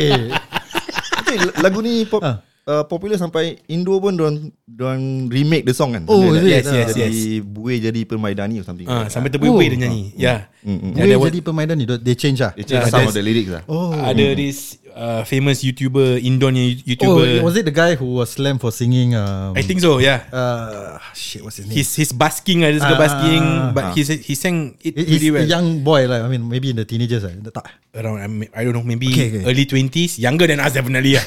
[SPEAKER 5] Betul, lagu ni pop,
[SPEAKER 1] Ah.
[SPEAKER 5] uh, popular sampai Indo pun don don remake the song kan.
[SPEAKER 1] Oh, is
[SPEAKER 5] Dia-
[SPEAKER 1] it?
[SPEAKER 5] dia-
[SPEAKER 2] Yes, yes,
[SPEAKER 5] Jadi
[SPEAKER 2] yes.
[SPEAKER 5] Buih jadi Permaidani or something.
[SPEAKER 2] Ah, sampai
[SPEAKER 1] Oh.
[SPEAKER 2] terbuih-buih dia nyanyi. Ya.
[SPEAKER 5] Hmm,
[SPEAKER 1] Dia
[SPEAKER 2] Ada
[SPEAKER 1] jadi permainan ni they change lah.
[SPEAKER 5] It
[SPEAKER 2] Yeah,
[SPEAKER 5] changed some
[SPEAKER 2] there's-
[SPEAKER 5] of the lyrics lah.
[SPEAKER 1] Oh.
[SPEAKER 2] ada this uh, famous YouTuber, Indon yang
[SPEAKER 1] Oh,
[SPEAKER 2] YouTuber.
[SPEAKER 1] was it the guy who was slammed for singing um,
[SPEAKER 2] I think so, yeah.
[SPEAKER 1] uh, shit what's his name?
[SPEAKER 2] He's he's basking lah, this
[SPEAKER 1] Ah,
[SPEAKER 2] guy basking,
[SPEAKER 1] ah, ah,
[SPEAKER 2] but he he sang it
[SPEAKER 1] He-
[SPEAKER 2] really
[SPEAKER 1] He's a
[SPEAKER 2] well.
[SPEAKER 1] young boy lah. I mean, maybe in the teenagers lah. Tak.
[SPEAKER 2] around I mean, I don't know maybe
[SPEAKER 1] Okay, okay.
[SPEAKER 2] early twenties, younger than us definitely. Yeah,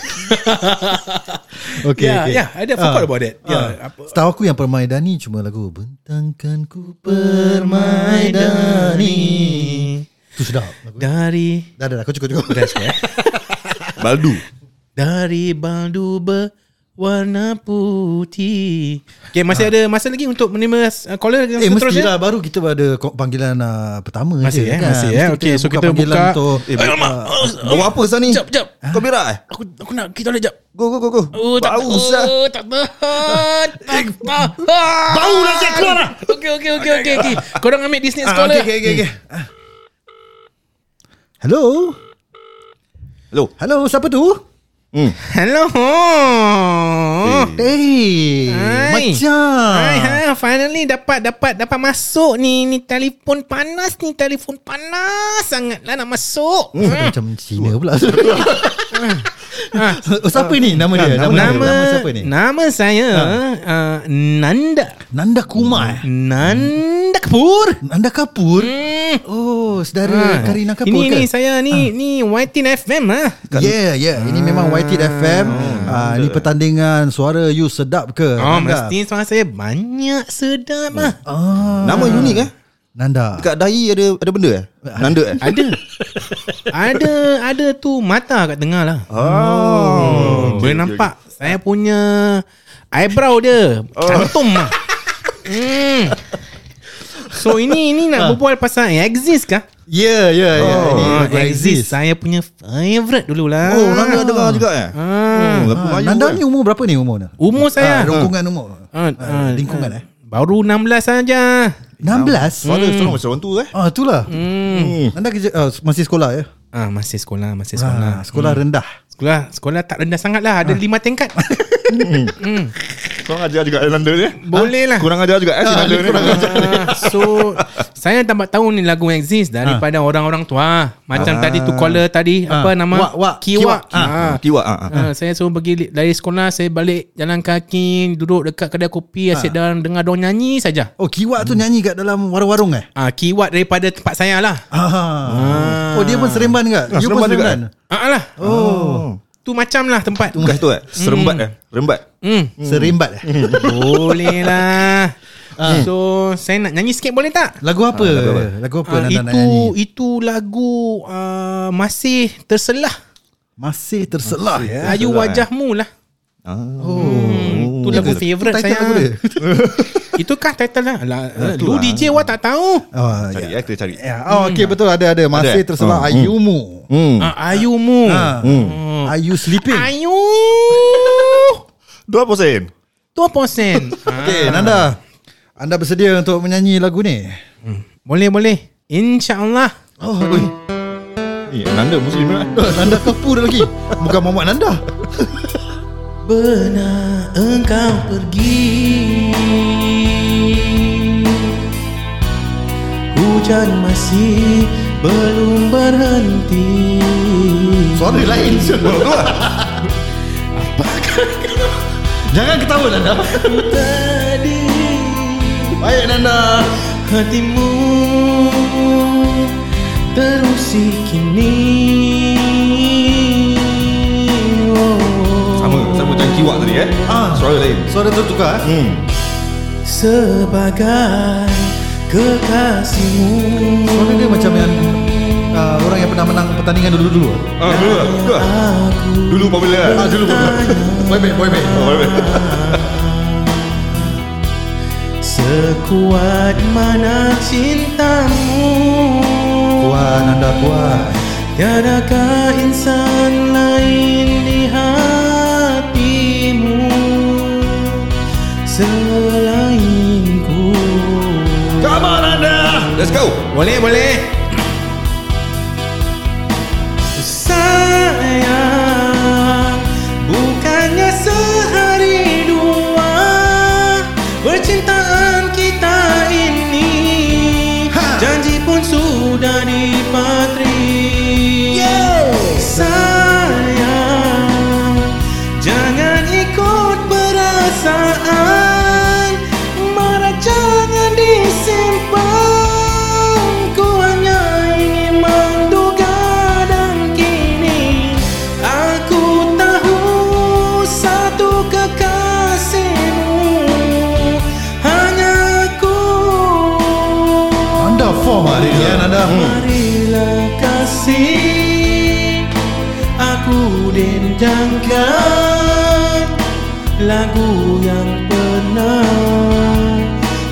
[SPEAKER 1] Okay,
[SPEAKER 2] yeah,
[SPEAKER 1] okay. Ah,
[SPEAKER 2] yeah. I did forgot about that. Yeah, apa-
[SPEAKER 1] Setahu aku yang Permaidani cuma lagu Bentangkan ku Permaidani Tu sedap lagu.
[SPEAKER 2] dari
[SPEAKER 1] Dah dah dah kau cukup cukup
[SPEAKER 2] eh?
[SPEAKER 5] Baldu.
[SPEAKER 2] dari baldu berwarna putih. Okay, masih ada masa lagi untuk menerima uh, caller yang
[SPEAKER 1] Ah. Eh mesti
[SPEAKER 2] seterusnya.
[SPEAKER 1] lah Baru kita ada ko- panggilan uh, pertama
[SPEAKER 2] Masih,
[SPEAKER 1] je,
[SPEAKER 2] eh, masih, eh.
[SPEAKER 1] Mesti lah
[SPEAKER 2] Okay, so kita
[SPEAKER 1] panggilan
[SPEAKER 2] buka-
[SPEAKER 1] untuk,
[SPEAKER 5] Eh, bu- Bawa apa sah ni?
[SPEAKER 2] Jap, jap.
[SPEAKER 5] Kau berak eh?
[SPEAKER 2] Aku aku nak kita boleh jap.
[SPEAKER 5] Go, go, go, go.
[SPEAKER 2] Oh, tak
[SPEAKER 5] Bau sah.
[SPEAKER 2] oh, tak tahan. Tak tahan. Eh. Bau dah saya keluar lah. dah. Okey, okey, okey, okey. Okay. Korang ambil Disney
[SPEAKER 1] ah, okay,
[SPEAKER 2] Scholar.
[SPEAKER 1] okay, okay, okay.
[SPEAKER 2] Hmm.
[SPEAKER 1] Ah. Hello
[SPEAKER 5] Hello.
[SPEAKER 1] Hello siapa tu?
[SPEAKER 2] Hello. Eh.
[SPEAKER 1] Hey
[SPEAKER 2] Hai.
[SPEAKER 1] Macam
[SPEAKER 2] Hai, ha, finally dapat dapat dapat masuk ni ni telefon panas ni telefon panas sangat lah nak masuk.
[SPEAKER 1] Oh, ada
[SPEAKER 2] Hmm. Ah.
[SPEAKER 1] macam Cina pula. Oh, siapa ni nama dia? Nama, dia?
[SPEAKER 2] Nama Ah.
[SPEAKER 1] nama siapa ni?
[SPEAKER 2] Nama saya uh, Nanda.
[SPEAKER 1] Nanda Kumar. eh?
[SPEAKER 2] Nanda Nanda Kapoor.
[SPEAKER 1] Nanda Kapoor
[SPEAKER 2] Hmm.
[SPEAKER 1] Oh Sedara Karina Kapoor kan?
[SPEAKER 2] Ah. Ini
[SPEAKER 1] ke? Ah.
[SPEAKER 2] ni saya ni ni YTN FM ah.
[SPEAKER 1] Yeah yeah ya. Ini memang YT FM Ah, Ini pertandingan Suara you sedap ke
[SPEAKER 2] Oh,
[SPEAKER 1] Nanda?
[SPEAKER 2] mesti suara saya banyak sedap ah.
[SPEAKER 1] ah,
[SPEAKER 5] Nama unik eh
[SPEAKER 1] Nanda
[SPEAKER 5] Dekat dahi ada ada benda eh Nanda eh
[SPEAKER 2] Ada. ada ada tu mata kat tengah lah.
[SPEAKER 5] Oh
[SPEAKER 2] Boleh nampak saya punya eyebrow dia
[SPEAKER 1] Oh.
[SPEAKER 2] cantum lah. Hmm. So ini ini nak berbual pasal yang exist kah?
[SPEAKER 1] Yeah
[SPEAKER 5] ya.
[SPEAKER 1] yeah
[SPEAKER 5] Eh,
[SPEAKER 1] yeah Ini
[SPEAKER 2] Oh,
[SPEAKER 1] lagu
[SPEAKER 2] exist. Saya punya favorite dululah.
[SPEAKER 5] Oh Nanda dengar juga eh
[SPEAKER 2] Ah.
[SPEAKER 5] Oh, lagu
[SPEAKER 1] Ah,
[SPEAKER 5] Melayu
[SPEAKER 1] Nanda
[SPEAKER 5] eh.
[SPEAKER 1] ni umur berapa ni umurnya?
[SPEAKER 2] Umur
[SPEAKER 1] Ah,
[SPEAKER 2] saya.
[SPEAKER 1] Rungkungan umur
[SPEAKER 2] Ah, ah,
[SPEAKER 1] Lingkungan eh
[SPEAKER 2] Baru 16 saja.
[SPEAKER 1] 16
[SPEAKER 5] Suara suara macam orang tu eh
[SPEAKER 1] Ah itulah
[SPEAKER 5] Hmm.
[SPEAKER 1] Nanda kerja ah, Masih sekolah ya
[SPEAKER 2] Ah masih sekolah, masih
[SPEAKER 1] ah,
[SPEAKER 2] sekolah.
[SPEAKER 1] Sekolah rendah
[SPEAKER 2] Sekolah sekolah tak rendah sangat
[SPEAKER 1] Ah.
[SPEAKER 2] lah Ada lima tingkat
[SPEAKER 5] Kurang ajar juga eh, Nanda ni eh.
[SPEAKER 2] Boleh lah
[SPEAKER 5] Kurang ajar juga eh si Nanda ni
[SPEAKER 2] Ah, So Saya tambah tahu ni lagu exist Daripada orang-orang tua Ah, Macam tadi tu caller tadi
[SPEAKER 1] Ah.
[SPEAKER 2] Apa nama
[SPEAKER 1] Wak, wak.
[SPEAKER 2] Kiwak
[SPEAKER 1] Kiwak. Ah.
[SPEAKER 2] Ah.
[SPEAKER 5] Kiwak ah, ah.
[SPEAKER 2] Ah, Saya suruh pergi li- Dari sekolah Saya balik jalan kaki Duduk dekat kedai kopi Asyik
[SPEAKER 1] Ah.
[SPEAKER 2] dalam dengar dong nyanyi saja
[SPEAKER 1] Oh kiwak tu nyanyi kat dalam warung-warung eh
[SPEAKER 2] Ah, Kiwak daripada tempat saya lah
[SPEAKER 1] Ah. Oh dia pun seremban ke?
[SPEAKER 5] Ah,
[SPEAKER 1] you pun
[SPEAKER 5] seremban juga,
[SPEAKER 1] seremban?
[SPEAKER 2] ah, lah
[SPEAKER 5] Oh
[SPEAKER 2] Tu macam lah tempat
[SPEAKER 5] Bukan tu eh Serembat eh Rembat
[SPEAKER 2] Hmm.
[SPEAKER 1] Serembat eh?
[SPEAKER 2] Boleh lah So Saya nak nyanyi sikit boleh tak?
[SPEAKER 1] Lagu apa? lah. Lagu apa,
[SPEAKER 2] Ah,
[SPEAKER 1] Nanda nak
[SPEAKER 2] itu
[SPEAKER 1] nyanyi?
[SPEAKER 2] itu lagu uh, masih terselah
[SPEAKER 1] Masih terselah ya.
[SPEAKER 2] Ayu
[SPEAKER 5] terselah,
[SPEAKER 2] wajahmu lah. Oh, tu lagu favorite
[SPEAKER 1] Ah. title
[SPEAKER 2] saya.
[SPEAKER 1] lagu dia? Ah,
[SPEAKER 2] Itukah title lah? lah
[SPEAKER 5] tu
[SPEAKER 2] lu
[SPEAKER 5] lah.
[SPEAKER 2] DJ wah tak tahu.
[SPEAKER 1] Oh,
[SPEAKER 5] Cari
[SPEAKER 1] ya.
[SPEAKER 5] eh kita cari
[SPEAKER 1] ya. Oh, okey betul ada ada. Masih
[SPEAKER 5] eh?
[SPEAKER 1] terselah
[SPEAKER 5] Oh,
[SPEAKER 1] ayumu.
[SPEAKER 5] Hmm
[SPEAKER 2] Ah, ayumu.
[SPEAKER 1] Ah. Are you sleeping?
[SPEAKER 2] Ayu.
[SPEAKER 5] Dua persen
[SPEAKER 2] Tu posen.
[SPEAKER 1] Okey, Nanda. Anda bersedia untuk menyanyi lagu ni?
[SPEAKER 2] Boleh boleh. InsyaAllah.
[SPEAKER 1] Oh, oi.
[SPEAKER 5] Eh Nanda Muslim lah
[SPEAKER 1] Nanda Kapoor lagi. Bukan Muhammad Nanda.
[SPEAKER 2] Benar engkau pergi Hujan masih belum berhenti
[SPEAKER 1] Suara lain. Jangan ketawa Nanda.
[SPEAKER 2] Tadi
[SPEAKER 1] Baik Nanda.
[SPEAKER 2] hatimu terusik kini oh.
[SPEAKER 5] Sama Sama macam kiwak tadi eh
[SPEAKER 1] Ah.
[SPEAKER 5] Suara lain
[SPEAKER 1] Suara tertukar. eh?
[SPEAKER 5] Hmm
[SPEAKER 2] Sebagai kekasihmu
[SPEAKER 1] Suara dia macam yang uh, orang yang pernah menang pertandingan dulu-dulu.
[SPEAKER 5] Ah, dulu lah Dulu lah Dulu popular lah
[SPEAKER 1] Ah, dulu pernah. Boy band, boy band.
[SPEAKER 5] Oh, boleh.
[SPEAKER 2] Sekuat mana cintamu
[SPEAKER 1] Kuat Nanda kuat.
[SPEAKER 2] Tiadakah insan lain di hatimu Selainku
[SPEAKER 5] Come on Nanda Let's go
[SPEAKER 2] Boleh, boleh Sayang Bukannya sehari dua Percintaan kita ini Janji pun sudah dipatri Sayang Jangan ikut perasaan Marah jangan disimpan Ku hanya ingin menduga dan kini Aku tahu satu kekasihmu Hanya aku
[SPEAKER 1] Nanda
[SPEAKER 5] Oh,
[SPEAKER 1] form hari ni ya Nanda.
[SPEAKER 2] Marilah kasih Aku dendangkan Lagu yang pernah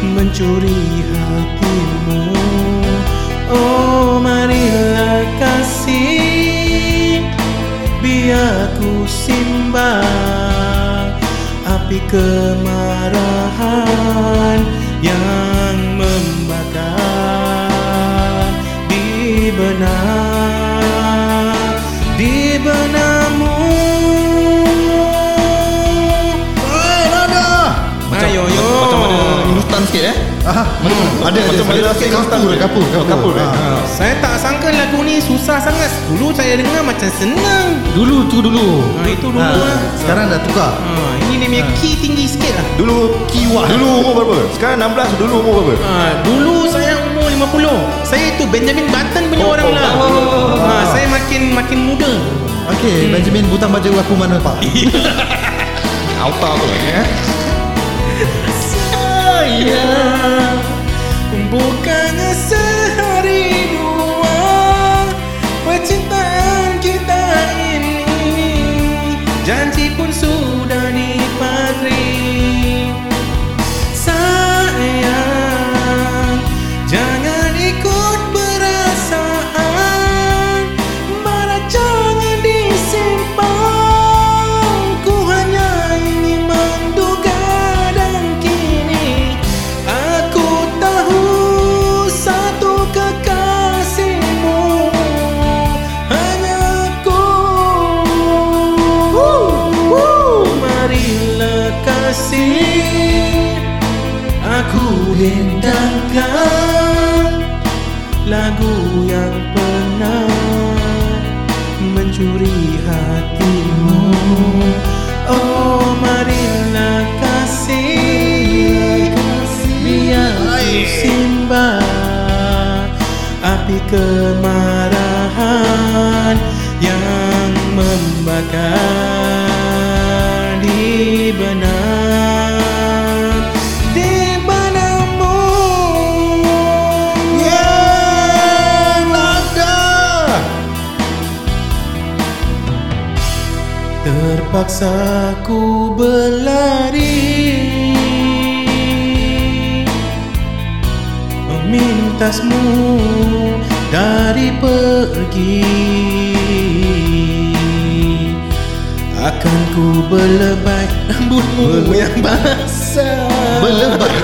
[SPEAKER 2] Mencuri hatimu Oh marilah kasih Biar ku simbah Api kemarahan Yang membakar Di benak Di benakmu
[SPEAKER 1] Hey Nanda.
[SPEAKER 2] Macam, Ayo, yo.
[SPEAKER 5] Macam mana Hindustan sikit eh
[SPEAKER 1] Ah, ada ada
[SPEAKER 5] Macam
[SPEAKER 1] ada
[SPEAKER 5] mana
[SPEAKER 1] sikit kapur kapur kapur.
[SPEAKER 5] Kapur eh
[SPEAKER 1] Ah.
[SPEAKER 2] Saya tak sangka lagu ni ni susah sangat Dulu saya dengar macam senang
[SPEAKER 7] Dulu tu dulu
[SPEAKER 2] ha, Itu dulu
[SPEAKER 7] Ah,
[SPEAKER 2] lah
[SPEAKER 1] Sekarang dah tukar
[SPEAKER 2] ha, Ini dia punya key tinggi sikit lah
[SPEAKER 5] Dulu Kiwa Dulu umur berapa? Sekarang 16 Dulu umur berapa?
[SPEAKER 2] Ha, dulu saya umur 50 Saya tu Benjamin Button punya oh, orang lah ha, Saya makin makin muda
[SPEAKER 1] Okay Benjamin butang baju aku mana pak
[SPEAKER 5] Auta tu eh?
[SPEAKER 2] Saya Bukannya sehari dua ah, Percintaan kita ini Janji pun sudah dipatri Sayang Jangan ikut perasaan Marah jangan disimpan Ku hanya ingin menduga dan kini Aku tahu satu kekasihmu Hanya aku Marilah kasih Aku bentangkan lagu yang pernah mencuri hatimu Oh marilah kasih Biar ku simbah api kemarahan yang membakar di benak di benakmu yang ada Terpaksa ku berlari Memintasmu dari pergi Akan ku belebat rambutmu yang basah Belebat?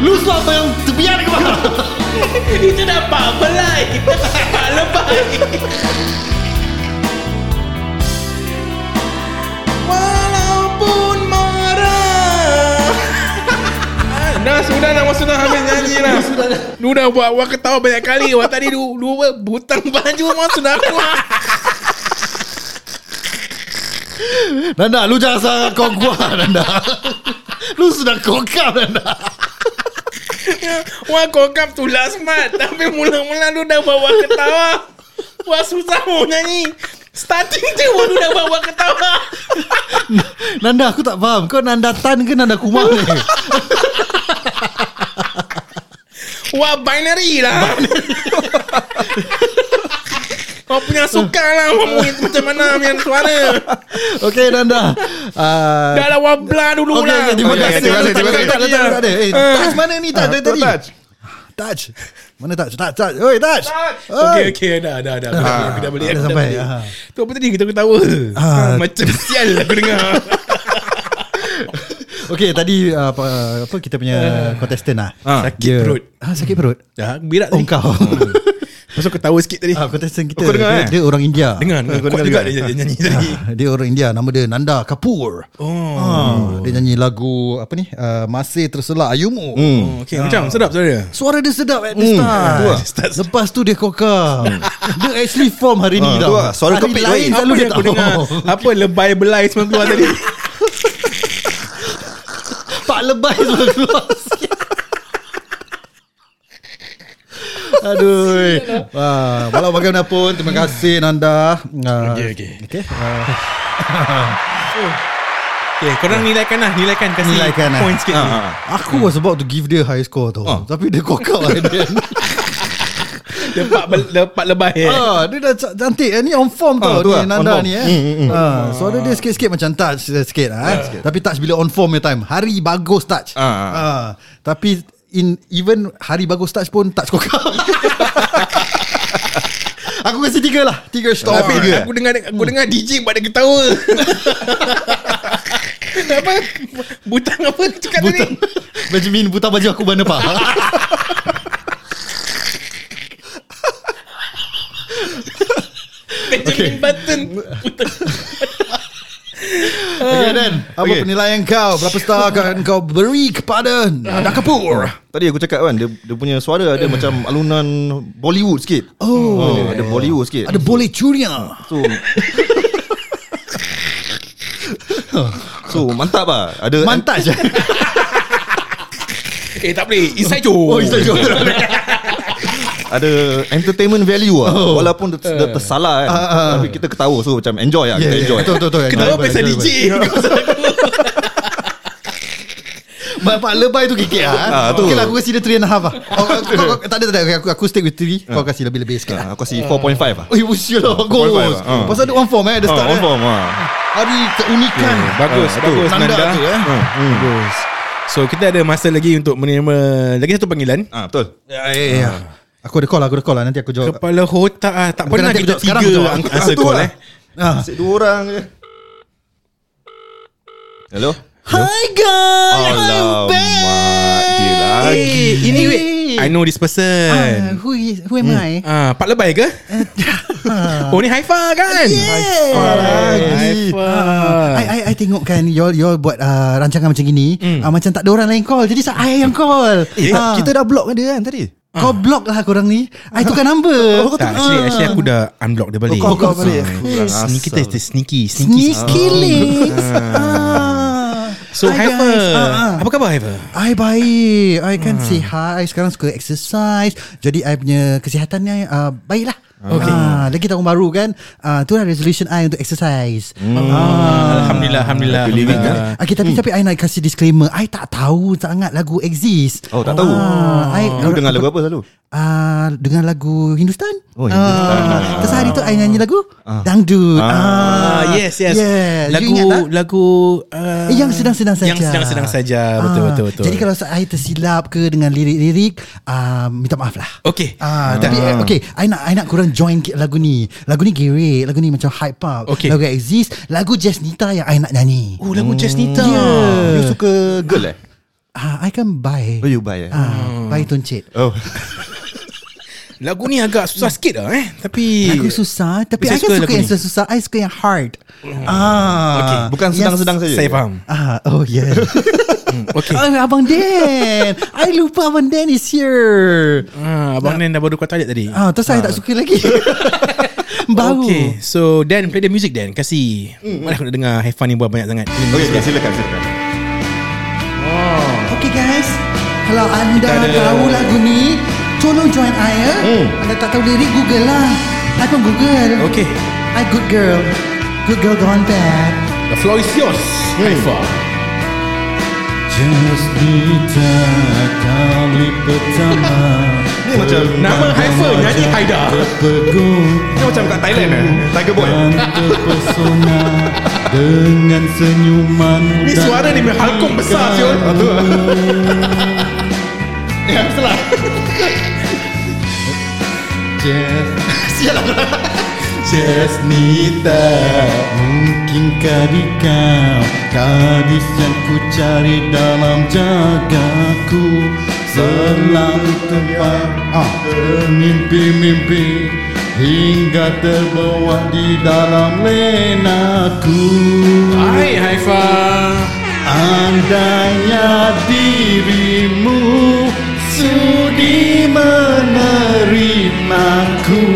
[SPEAKER 7] Lu suap yang terbiar ke bawah
[SPEAKER 2] Itu dah apa-apa lah Kita tak lebat Walaupun marah Dah sudah dah sudah habis nyanyi dah. Sudah dah. Lu dah buat awak ketawa banyak kali. Awak tadi lu lu butang baju mak sudah keluar.
[SPEAKER 1] Nanda lu jangan salah kau gua Nanda Lu sudah kokap Nanda
[SPEAKER 2] Wah kokap tu last mat Tapi mula-mula lu dah bawa ketawa Wah susah mau nyanyi Starting je pun lu dah bawa ketawa
[SPEAKER 1] Nanda aku tak faham Kau Nanda Tan ke Nanda Kumar ni
[SPEAKER 2] Wah binary lah Kau punya suka lah Mau macam mana punya suara
[SPEAKER 1] Okay Nanda uh,
[SPEAKER 2] Dah lah wah blah dulu
[SPEAKER 1] Okay,
[SPEAKER 2] lah
[SPEAKER 1] okay, terima
[SPEAKER 5] Okay,
[SPEAKER 1] kasih.
[SPEAKER 5] terima kasih, terima
[SPEAKER 1] Tak ada, tak ada,
[SPEAKER 2] kasih.
[SPEAKER 1] tak ada, tak ada. Eh,
[SPEAKER 2] Ah.
[SPEAKER 1] touch mana ni? Tak ada
[SPEAKER 5] Ah,
[SPEAKER 1] tadi.
[SPEAKER 5] touch.
[SPEAKER 1] Touch. Mana touch? Touch, touch. Oi, touch.
[SPEAKER 2] Okay okay dah dah dah Aku dah beli,
[SPEAKER 1] Dah
[SPEAKER 2] Aku dah beli aku dah
[SPEAKER 1] sampai,
[SPEAKER 2] beli.
[SPEAKER 1] ah.
[SPEAKER 2] Tu apa tadi kita ketawa
[SPEAKER 1] Ah.
[SPEAKER 2] Macam sial aku dengar
[SPEAKER 1] Okay, tadi ah, apa, apa kita punya contestant lah.
[SPEAKER 2] Ah, sakit perut.
[SPEAKER 1] Ah, sakit perut.
[SPEAKER 2] Dah aku berak
[SPEAKER 1] Oh,
[SPEAKER 2] tadi Hmm.
[SPEAKER 1] kau.
[SPEAKER 2] Pasal ketawa sikit tadi
[SPEAKER 1] Ah, contestant kita.
[SPEAKER 5] Kau dengar,
[SPEAKER 1] dia,
[SPEAKER 5] eh?
[SPEAKER 1] dia orang India.
[SPEAKER 2] Dengar, dengar.
[SPEAKER 5] Kau
[SPEAKER 2] Kuat juga
[SPEAKER 5] dengar
[SPEAKER 2] dia,
[SPEAKER 5] juga?
[SPEAKER 2] dia nyanyi tadi.
[SPEAKER 1] Ah, Dia orang India. Nama dia Nanda Kapoor.
[SPEAKER 2] Oh.
[SPEAKER 1] Ah, dia nyanyi lagu apa ni? Uh, Masih Terselah Ayumu.
[SPEAKER 2] oh okay, macam
[SPEAKER 1] Ah.
[SPEAKER 2] sedap suara dia.
[SPEAKER 1] Suara dia sedap at the start.
[SPEAKER 2] tu lah. Start-
[SPEAKER 1] Lepas tu dia kokar. dia actually form hari ni
[SPEAKER 5] Ah,
[SPEAKER 1] tau.
[SPEAKER 5] tu lah. Suara
[SPEAKER 1] hari
[SPEAKER 5] kepit,
[SPEAKER 1] lain
[SPEAKER 5] oi.
[SPEAKER 1] selalu
[SPEAKER 2] Apa
[SPEAKER 1] dia
[SPEAKER 2] yang aku
[SPEAKER 1] tak
[SPEAKER 2] dengar?
[SPEAKER 1] form.
[SPEAKER 2] Apa lebay belai semua keluar tadi?
[SPEAKER 1] Pak lebay semua keluar sikit. Aduh. Ah, walau bagaimanapun terima kasih Nanda. Ah,
[SPEAKER 2] Okey, okey.
[SPEAKER 1] Okey.
[SPEAKER 2] Okay, korang nilaikan lah. Nilaikan. Kasih
[SPEAKER 1] Nilaikan lah.
[SPEAKER 2] point sikit.
[SPEAKER 5] Ah, ah.
[SPEAKER 1] Aku was about to give dia high score tau. Tapi dia kokak lah dia.
[SPEAKER 2] Lepak, bel- lepak lebay. eh.
[SPEAKER 1] ah, dia dah ca- cantik eh. Ni on form tau
[SPEAKER 5] Ah, tu
[SPEAKER 1] ni
[SPEAKER 5] lah, on
[SPEAKER 1] Nanda
[SPEAKER 5] form. hmm.
[SPEAKER 1] ni eh. Ah, suara dia sikit-sikit macam touch eh, sikit ah. Eh. Tapi touch bila on form punya time. Hari bagus touch.
[SPEAKER 5] Ah, ah.
[SPEAKER 1] Ah, tapi in even hari bagus touch pun touch kokak. Aku kasi tiga lah Tiga star
[SPEAKER 5] Tapi dia-
[SPEAKER 2] Aku dengar aku dengar DJ buat dia ketawa. apa? Butang apa cakap
[SPEAKER 1] Butang
[SPEAKER 2] tadi?
[SPEAKER 1] Benjamin butang baju aku mana pak
[SPEAKER 2] Benjamin Button. Butang.
[SPEAKER 1] Okay then Apa
[SPEAKER 5] Okay.
[SPEAKER 1] penilaian kau? Berapa star akan kau beri kepada Nada Kapoor?
[SPEAKER 5] Tadi aku cakap kan dia, dia punya suara ada macam alunan Bollywood sikit.
[SPEAKER 1] Oh.
[SPEAKER 5] Ah, ada Bollywood sikit.
[SPEAKER 1] Ada boleh curia.
[SPEAKER 5] So So mantap lah Ada
[SPEAKER 1] Mantap je.
[SPEAKER 2] Eh tak boleh Isai jo Oh Isai jo
[SPEAKER 5] Ada entertainment value lah oh. Walaupun dia, dia tersalah kan
[SPEAKER 1] Ah, ah.
[SPEAKER 5] Tapi kita ketawa So macam enjoy lah
[SPEAKER 1] Yeah,
[SPEAKER 5] Kita
[SPEAKER 1] yeah,
[SPEAKER 5] enjoy
[SPEAKER 1] betul, betul, betul.
[SPEAKER 2] Kenapa
[SPEAKER 1] Enjoy,
[SPEAKER 2] pasal
[SPEAKER 1] enjoy,
[SPEAKER 2] DJ
[SPEAKER 1] Bapak lebay tu kikik
[SPEAKER 5] Ah,
[SPEAKER 1] lah.
[SPEAKER 5] tu.
[SPEAKER 1] Okey lah, aku kasi dia 3 and a half lah. Oh, aku- kau- kau- tak ada, tak ada. Aku, aku stick with 3. Kau kasi lebih-lebih sikit lah.
[SPEAKER 5] Ah, Aku kasi 4.5 lah
[SPEAKER 1] Oh, you usia lah. Bagus.
[SPEAKER 5] 4.5 lah. Ah.
[SPEAKER 1] Pasal ada on form eh. Ada
[SPEAKER 5] Ah,
[SPEAKER 1] start
[SPEAKER 5] on
[SPEAKER 1] eh.
[SPEAKER 5] form ah.
[SPEAKER 1] Hari keunikan.
[SPEAKER 2] Bagus
[SPEAKER 5] Ah,
[SPEAKER 2] Bagus
[SPEAKER 1] Nanda
[SPEAKER 2] Nanda
[SPEAKER 1] tu, eh.
[SPEAKER 5] Ah, mm.
[SPEAKER 2] So kita ada masa lagi Untuk menerima Lagi satu panggilan
[SPEAKER 5] Ah, betul.
[SPEAKER 1] Ya, ya, ya. Aku ada call lah, aku ada call lah. Nanti aku jawab.
[SPEAKER 2] Kepala otak ah, Tak
[SPEAKER 1] Bukan
[SPEAKER 2] pernah
[SPEAKER 1] nanti aku
[SPEAKER 2] kita
[SPEAKER 1] jawab, sekarang aku jawab.
[SPEAKER 2] tiga ang- Answer
[SPEAKER 5] Ah, tu
[SPEAKER 2] call
[SPEAKER 5] lah.
[SPEAKER 2] eh
[SPEAKER 1] Ah.
[SPEAKER 5] Asyik dua orang je. Hello?
[SPEAKER 1] Hi guys,
[SPEAKER 5] Alamak, dia lagi.
[SPEAKER 2] Eh, Ini wait I know this person
[SPEAKER 1] Ah, who is, who am
[SPEAKER 5] Hmm.
[SPEAKER 1] I?
[SPEAKER 2] Ah, Pak Lebay ke? oh ni Haifa kan?
[SPEAKER 1] Yeah.
[SPEAKER 2] Haifa.
[SPEAKER 5] Ah.
[SPEAKER 1] I, I, I tengok kan Y'all, y'all buat uh, rancangan macam gini mm. uh, Macam tak ada orang lain call Jadi saya yang call
[SPEAKER 5] Hmm. Eh,
[SPEAKER 1] Ah.
[SPEAKER 5] kita dah block kan dia kan tadi?
[SPEAKER 1] Kau block lah korang ni I tukar number
[SPEAKER 2] Tak, actually, actually aku dah unblock dia balik.
[SPEAKER 1] Oh, kau- kau balik.
[SPEAKER 2] Ah, Ni kita kita sneaky, sneaky.
[SPEAKER 1] Sneaky links
[SPEAKER 2] So
[SPEAKER 1] Hi,
[SPEAKER 2] Haifa,
[SPEAKER 1] guys. Ah, ah.
[SPEAKER 2] apa khabar Haifa?
[SPEAKER 1] I baik I kan hmm. sihat I sekarang suka exercise Jadi I punya kesihatannya uh, Baiklah okay. uh, Lagi tahun baru kan uh, Itulah resolution I untuk exercise hmm.
[SPEAKER 5] Ah,
[SPEAKER 2] Alhamdulillah, alhamdulillah.
[SPEAKER 5] Happy living,
[SPEAKER 2] alhamdulillah.
[SPEAKER 1] Okay tapi tapi I nak kasih disclaimer I tak tahu sangat lagu exist
[SPEAKER 5] Oh, tak tahu.
[SPEAKER 1] Ah, I
[SPEAKER 5] Kau dengar lagu apa selalu?
[SPEAKER 1] Ah, dengan lagu Hindustan.
[SPEAKER 5] Oh, Hindustan.
[SPEAKER 1] Ah, Terus hari tu I nyanyi lagu Dangdut.
[SPEAKER 2] Ah,
[SPEAKER 1] Ah,
[SPEAKER 2] yes, yes.
[SPEAKER 1] Yeah.
[SPEAKER 2] Lagu
[SPEAKER 1] you ingat tak?
[SPEAKER 2] lagu ah,
[SPEAKER 1] Eh, yang sedang-sedang saja.
[SPEAKER 2] Yang sedang-sedang saja, betul
[SPEAKER 1] Ah,
[SPEAKER 2] betul betul.
[SPEAKER 1] Jadi kalau saya tersilap ke dengan lirik-lirik, ah, minta maaf lah.
[SPEAKER 2] Okey.
[SPEAKER 1] Ah, tapi eh, okay, I nak I nak kurang join ke- lagu ni. Lagu ni gere, lagu ni macam hype up.
[SPEAKER 2] Okey.
[SPEAKER 1] Lagu exist, lagu Jasnita yang I nak nyanyi.
[SPEAKER 2] Oh, lagu Jasnita.
[SPEAKER 5] You suka girl eh?
[SPEAKER 1] Ah, I kan buy.
[SPEAKER 5] Oh, you buy eh?
[SPEAKER 1] Ah, buy Tuncit.
[SPEAKER 5] Oh.
[SPEAKER 2] Lagu ni agak susah sikit lah eh. Tapi
[SPEAKER 1] Lagu susah Tapi I kan
[SPEAKER 2] Saya suka
[SPEAKER 1] suka
[SPEAKER 2] lagu
[SPEAKER 1] yang
[SPEAKER 2] ni. Oh.
[SPEAKER 1] susah I suka yang hard ah.
[SPEAKER 2] Okay,
[SPEAKER 5] Bukan
[SPEAKER 1] Yang-
[SPEAKER 5] sedang-sedang saja.
[SPEAKER 2] Saya faham.
[SPEAKER 1] Ah, oh yeah.
[SPEAKER 2] Okey.
[SPEAKER 1] oh, Abang Dan. I lupa Abang Dan is here.
[SPEAKER 2] Ah, abang Nen dah baru kau tarik tadi.
[SPEAKER 1] Ah, terus saya tak suka lagi. Baru.
[SPEAKER 2] Okay, so Dan play the music Dan. Kasih. Mana aku nak dengar Haifa ni buat banyak sangat.
[SPEAKER 5] Hmm. Okay, okay, silakan, silakan.
[SPEAKER 1] Okay guys. Kalau anda tahu lagu ni, tolong join I ya. Anda tak tahu lirik Google lah. I pun Google.
[SPEAKER 2] Okay.
[SPEAKER 1] I good girl. Good girl gone bad.
[SPEAKER 2] The floor is yours, Haifa.
[SPEAKER 1] Just kita kau pertama.
[SPEAKER 5] Ni macam
[SPEAKER 2] Nama Haifa nyanyi Haida.
[SPEAKER 5] Ni macam kat Thailand eh? Tiger Boy.
[SPEAKER 1] terpesona dengan senyuman
[SPEAKER 2] Ni suara ni halkung besar siul.
[SPEAKER 1] Jasnita Mungkinkah di kau Gadis yang ku cari dalam jagaku Selalu tempat ah, Bermimpi-mimpi Hingga terbawa di dalam lenaku
[SPEAKER 2] Hai Haifa.
[SPEAKER 1] Andainya dirimu sudi menerimaku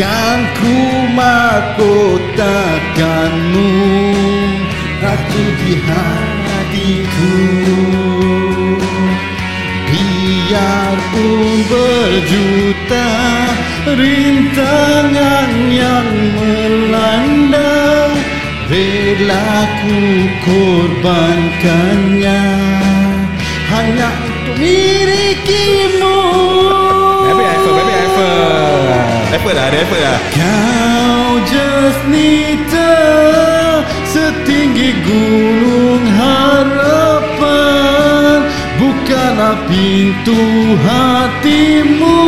[SPEAKER 1] Kan ku mahkotakanmu Ratu di hatiku Biarpun berjuta rintangan yang melanda Rela ku korbankannya Hanya untuk milikimu
[SPEAKER 2] Baby Haifa, baby Haifa.
[SPEAKER 4] Ah.
[SPEAKER 5] Effort lah, ada effort lah.
[SPEAKER 1] Kau jasnita Setinggi gunung harapan Bukanlah pintu hatimu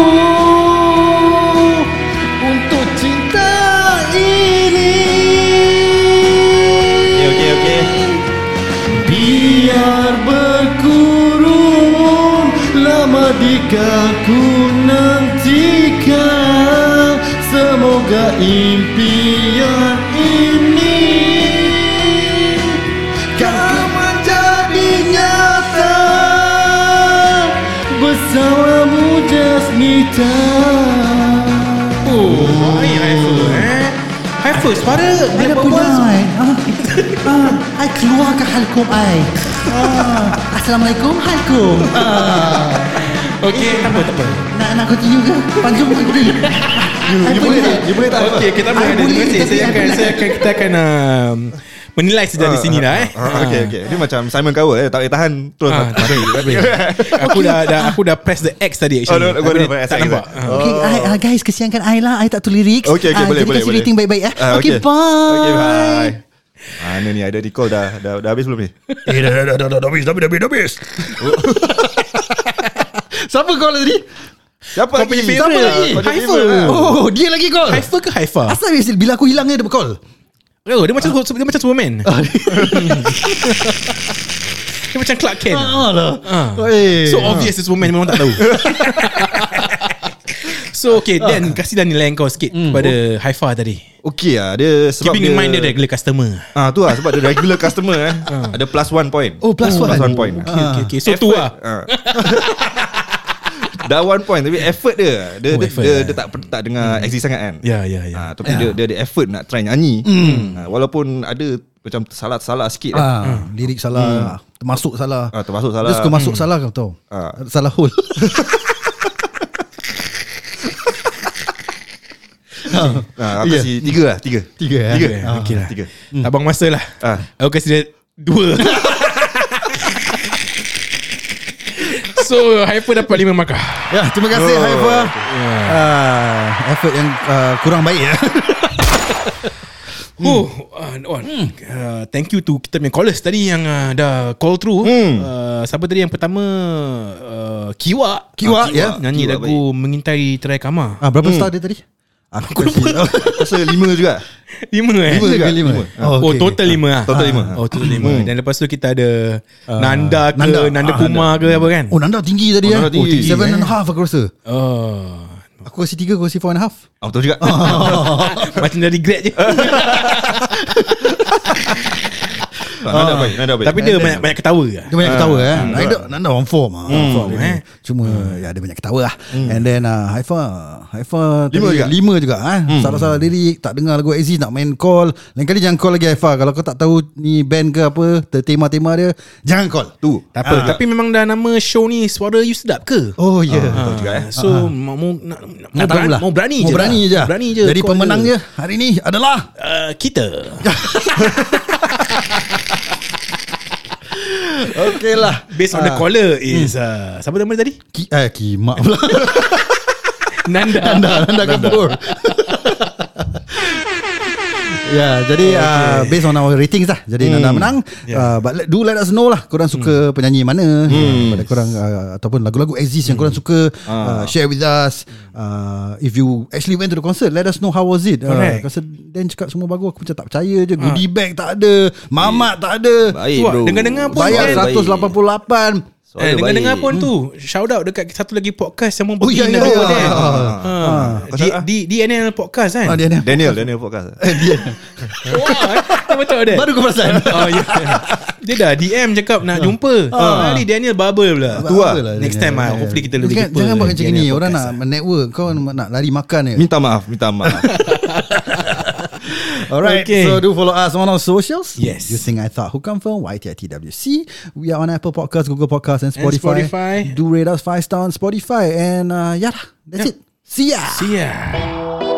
[SPEAKER 1] Untuk cinta ini
[SPEAKER 5] Okay, okay, okay.
[SPEAKER 1] Biar berkurung Lama jika ku nantikan Semoga impian ini cerita
[SPEAKER 2] Oh, baik high first eh. High first suara
[SPEAKER 1] Ada
[SPEAKER 2] Black
[SPEAKER 1] punya
[SPEAKER 2] Bubbles.
[SPEAKER 1] I ah, I keluar ke halkum I ah, Assalamualaikum halkum ah,
[SPEAKER 2] Okey, tak apa, tak apa.
[SPEAKER 1] Nak nak continue ke? Panjang continue You, you boleh You boleh
[SPEAKER 2] Okey,
[SPEAKER 1] I
[SPEAKER 2] kita boleh. Terima
[SPEAKER 1] boleh,
[SPEAKER 2] kasih.
[SPEAKER 1] tapi
[SPEAKER 2] Saya
[SPEAKER 1] I
[SPEAKER 2] akan
[SPEAKER 1] penat.
[SPEAKER 2] saya akan kita akan um, menilai sejak di
[SPEAKER 4] Ah,
[SPEAKER 2] sini
[SPEAKER 5] lah,
[SPEAKER 2] dah eh.
[SPEAKER 4] Okay okay Dia macam Simon Cowell eh Tak boleh tahan Terus
[SPEAKER 2] Ah, tak boleh, tak boleh. Aku dah, dah aku dah press the X tadi
[SPEAKER 4] Oh,
[SPEAKER 2] actually.
[SPEAKER 4] no, no,
[SPEAKER 2] Tapi
[SPEAKER 4] gua dah
[SPEAKER 2] dia
[SPEAKER 4] press
[SPEAKER 2] tak
[SPEAKER 4] X.
[SPEAKER 2] nampak. Ah.
[SPEAKER 1] Okay, I, uh, guys, kesiankan I lah. I tak tahu lirik.
[SPEAKER 4] Oh. Okay,
[SPEAKER 1] Ah,
[SPEAKER 4] okay, boleh,
[SPEAKER 1] jadi
[SPEAKER 4] boleh,
[SPEAKER 1] kasih
[SPEAKER 4] boleh.
[SPEAKER 1] rating baik-baik. Eh.
[SPEAKER 4] Ah,
[SPEAKER 1] okay,
[SPEAKER 4] okay.
[SPEAKER 1] bye.
[SPEAKER 4] Okay bye Mana ni ada recall dah Dah, dah habis belum ni
[SPEAKER 7] Eh dah dah dah dah, dah dah habis dah habis dah habis, dah habis.
[SPEAKER 1] Siapa kau tadi?
[SPEAKER 4] Siapa
[SPEAKER 2] Kau punya favourite.
[SPEAKER 4] Kau punya
[SPEAKER 2] Haifa.
[SPEAKER 4] favourite. kan?
[SPEAKER 1] Oh, dia lagi call.
[SPEAKER 2] Haifa ke Haifa?
[SPEAKER 1] Asal bila- bila aku hilang dia dia bercall?
[SPEAKER 2] Oh, dia macam dia macam Superman. Dia macam Clark Kent.
[SPEAKER 1] lah.
[SPEAKER 2] Ah.
[SPEAKER 1] Eh.
[SPEAKER 2] So obvious this woman memang tak tahu. So okay Dan Kasih dah nilai kau sikit Kepada Haifa tadi
[SPEAKER 4] Okay lah Dia sebab
[SPEAKER 2] Keeping in mind dia regular customer
[SPEAKER 4] Ah tu lah sebab dia regular customer eh. Ada plus one point.
[SPEAKER 1] Oh, plus one.
[SPEAKER 4] Plus one point.
[SPEAKER 2] Okay okay, okay. So tu lah
[SPEAKER 4] Ah. Dah one point tapi effort dia.
[SPEAKER 2] Oh,
[SPEAKER 4] Dia dia,
[SPEAKER 2] effort,
[SPEAKER 4] dia,
[SPEAKER 2] eh.
[SPEAKER 4] dia tak tak dengar hmm. exist sangat kan.
[SPEAKER 2] Ya ya ya
[SPEAKER 4] Ah tapi dia dia ada effort nak try nyanyi. Ah, walaupun ada macam salah-salah sikit
[SPEAKER 1] Ah,
[SPEAKER 4] lah.
[SPEAKER 1] lirik salah, termasuk salah.
[SPEAKER 4] Hmm. Ah, termasuk salah.
[SPEAKER 1] Dia suka masuk salah kau tahu.
[SPEAKER 4] Ah.
[SPEAKER 1] Salah hole.
[SPEAKER 4] Ah, aku
[SPEAKER 1] Yeah.
[SPEAKER 4] si tiga lah, tiga.
[SPEAKER 1] Tiga, eh?
[SPEAKER 4] Tiga.
[SPEAKER 2] Okay, okay lah.
[SPEAKER 4] Tiga.
[SPEAKER 2] Tak buang masa lah
[SPEAKER 4] Ah.
[SPEAKER 2] Aku kasi dia Dua So Haifa dapat lima markah
[SPEAKER 1] ya, terima kasih oh, Haifa. Ah, effort yang ah, kurang baik ya.
[SPEAKER 2] Oh, uh, on. Uh, thank you to kita punya callers tadi yang uh, dah call through. Uh, siapa tadi yang pertama uh, Kiwa.
[SPEAKER 1] Kiwa, ya.
[SPEAKER 2] Nyanyi
[SPEAKER 4] Kiwa,
[SPEAKER 2] lagu Mengintai Terai Kamar.
[SPEAKER 1] Ah, berapa
[SPEAKER 4] Hmm.
[SPEAKER 1] star dia tadi?
[SPEAKER 4] Ah,
[SPEAKER 1] Aku lupa.
[SPEAKER 4] Rasa lima juga.
[SPEAKER 2] Lima eh?
[SPEAKER 1] Lima ke lima?
[SPEAKER 2] Oh,
[SPEAKER 1] okay.
[SPEAKER 2] total lima lah.
[SPEAKER 4] Total lima.
[SPEAKER 2] Oh, total lima. Dan lepas tu kita ada Nanda ke, Nanda,
[SPEAKER 1] Nanda.
[SPEAKER 2] Nanda
[SPEAKER 1] Ah,
[SPEAKER 2] Puma ke apa kan?
[SPEAKER 1] Oh, Nanda tinggi tadi ya.
[SPEAKER 4] Oh, Nanda tinggi.
[SPEAKER 1] seven and a half aku rasa.
[SPEAKER 2] Oh.
[SPEAKER 1] Aku kasi tiga, aku kasi four and a half.
[SPEAKER 4] Aku tahu Ah, juga.
[SPEAKER 2] Ah. Macam dari grad je.
[SPEAKER 4] Ah, Nada baik, nada baik.
[SPEAKER 2] Tapi dia banyak, banyak ketawa ke?
[SPEAKER 1] Dia banyak ketawa eh. Nanda, Nanda on form ah. On form
[SPEAKER 2] eh.
[SPEAKER 1] eh. Cuma ya dia banyak ketawa lah. And then ah, Haifa, Haifa
[SPEAKER 4] Lima
[SPEAKER 1] tadi
[SPEAKER 4] juga.
[SPEAKER 1] Lima juga eh. Salah-salah lirik, tak dengar lagu Aziz nak main call. Lain kali jangan call lagi Haifa. Kalau kau tak tahu ni band ke apa, ter- tema-tema dia, jangan call.
[SPEAKER 4] tu.
[SPEAKER 2] Tak
[SPEAKER 4] Ah.
[SPEAKER 2] apa. Ah. Tapi memang dah nama show ni Suara You Sedap ke?
[SPEAKER 1] Oh ya. Yeah.
[SPEAKER 4] juga, eh.
[SPEAKER 2] Kan? So mau mau nak,
[SPEAKER 1] Nak
[SPEAKER 2] nak
[SPEAKER 1] tahu
[SPEAKER 2] berani,
[SPEAKER 1] lah.
[SPEAKER 2] mau berani
[SPEAKER 1] Mau
[SPEAKER 2] je.
[SPEAKER 1] berani
[SPEAKER 2] lah.
[SPEAKER 1] je.
[SPEAKER 2] Berani je.
[SPEAKER 1] Jadi
[SPEAKER 2] Call
[SPEAKER 1] pemenangnya Ah. hari ni adalah
[SPEAKER 2] Uh, kita.
[SPEAKER 1] Okey lah
[SPEAKER 2] Based on the caller is uh, siapa nama dia tadi?
[SPEAKER 1] Ki, eh, Kimak pula
[SPEAKER 2] Nanda.
[SPEAKER 1] Nanda Nanda Kapoor Ya, jadi okay. uh, based on our ratings lah. Jadi hmm. Nanda menang. Yeah. Uh, but let, do let us know lah korang suka hmm. penyanyi mana hmm. pada korang uh, ataupun lagu-lagu Aziz yang korang suka uh, share with us. Uh, if you actually went to the concert, let us know how was it. Uh,
[SPEAKER 2] Correct.
[SPEAKER 1] kasa Dan cakap semua bagus. Aku macam tak percaya je. Goodie bag tak ada. Mamat tak ada.
[SPEAKER 4] Baik
[SPEAKER 2] Tu lah,
[SPEAKER 4] bro.
[SPEAKER 2] dengar-dengar pun
[SPEAKER 1] Bayar
[SPEAKER 2] kan?
[SPEAKER 4] Baik.
[SPEAKER 1] 188.
[SPEAKER 4] Suara
[SPEAKER 2] eh, dengan
[SPEAKER 4] baik.
[SPEAKER 2] dengar pun tu Shout out dekat satu lagi podcast
[SPEAKER 1] Oh,
[SPEAKER 2] Yang membuat
[SPEAKER 1] ya, ya, ya.
[SPEAKER 2] Ha. Di, di, DNL podcast kan
[SPEAKER 1] Ah, dia, dia.
[SPEAKER 4] Daniel, Eh, Daniel podcast.
[SPEAKER 2] Wah, Betul dia
[SPEAKER 1] Baru kau perasan. Ah.
[SPEAKER 2] oh, ya. Dia dah DM cakap nak jumpa Kali Daniel bubble pula
[SPEAKER 1] Apa-
[SPEAKER 4] Tu lah.
[SPEAKER 1] apalah
[SPEAKER 2] Next
[SPEAKER 1] dia. kan?
[SPEAKER 2] time lah Hopefully kita lebih
[SPEAKER 1] Jangan,
[SPEAKER 2] jumpa
[SPEAKER 1] jangan buat
[SPEAKER 2] dengan
[SPEAKER 1] macam
[SPEAKER 2] Daniel
[SPEAKER 1] ni Orang
[SPEAKER 2] podcast lah.
[SPEAKER 1] nak network Kau nak lari kan makan je
[SPEAKER 4] Minta maaf, minta maaf.
[SPEAKER 1] Alright okay.
[SPEAKER 2] Okay.
[SPEAKER 1] So do follow us on our socials
[SPEAKER 2] Yes.
[SPEAKER 1] Using I Thought Who Come From YTITWC We are on Apple Podcasts Google Podcasts and
[SPEAKER 2] And
[SPEAKER 1] Spotify,
[SPEAKER 2] Spotify.
[SPEAKER 1] Do rate us 5 star on Spotify And uh, yeah That's it lah, See ya
[SPEAKER 2] See ya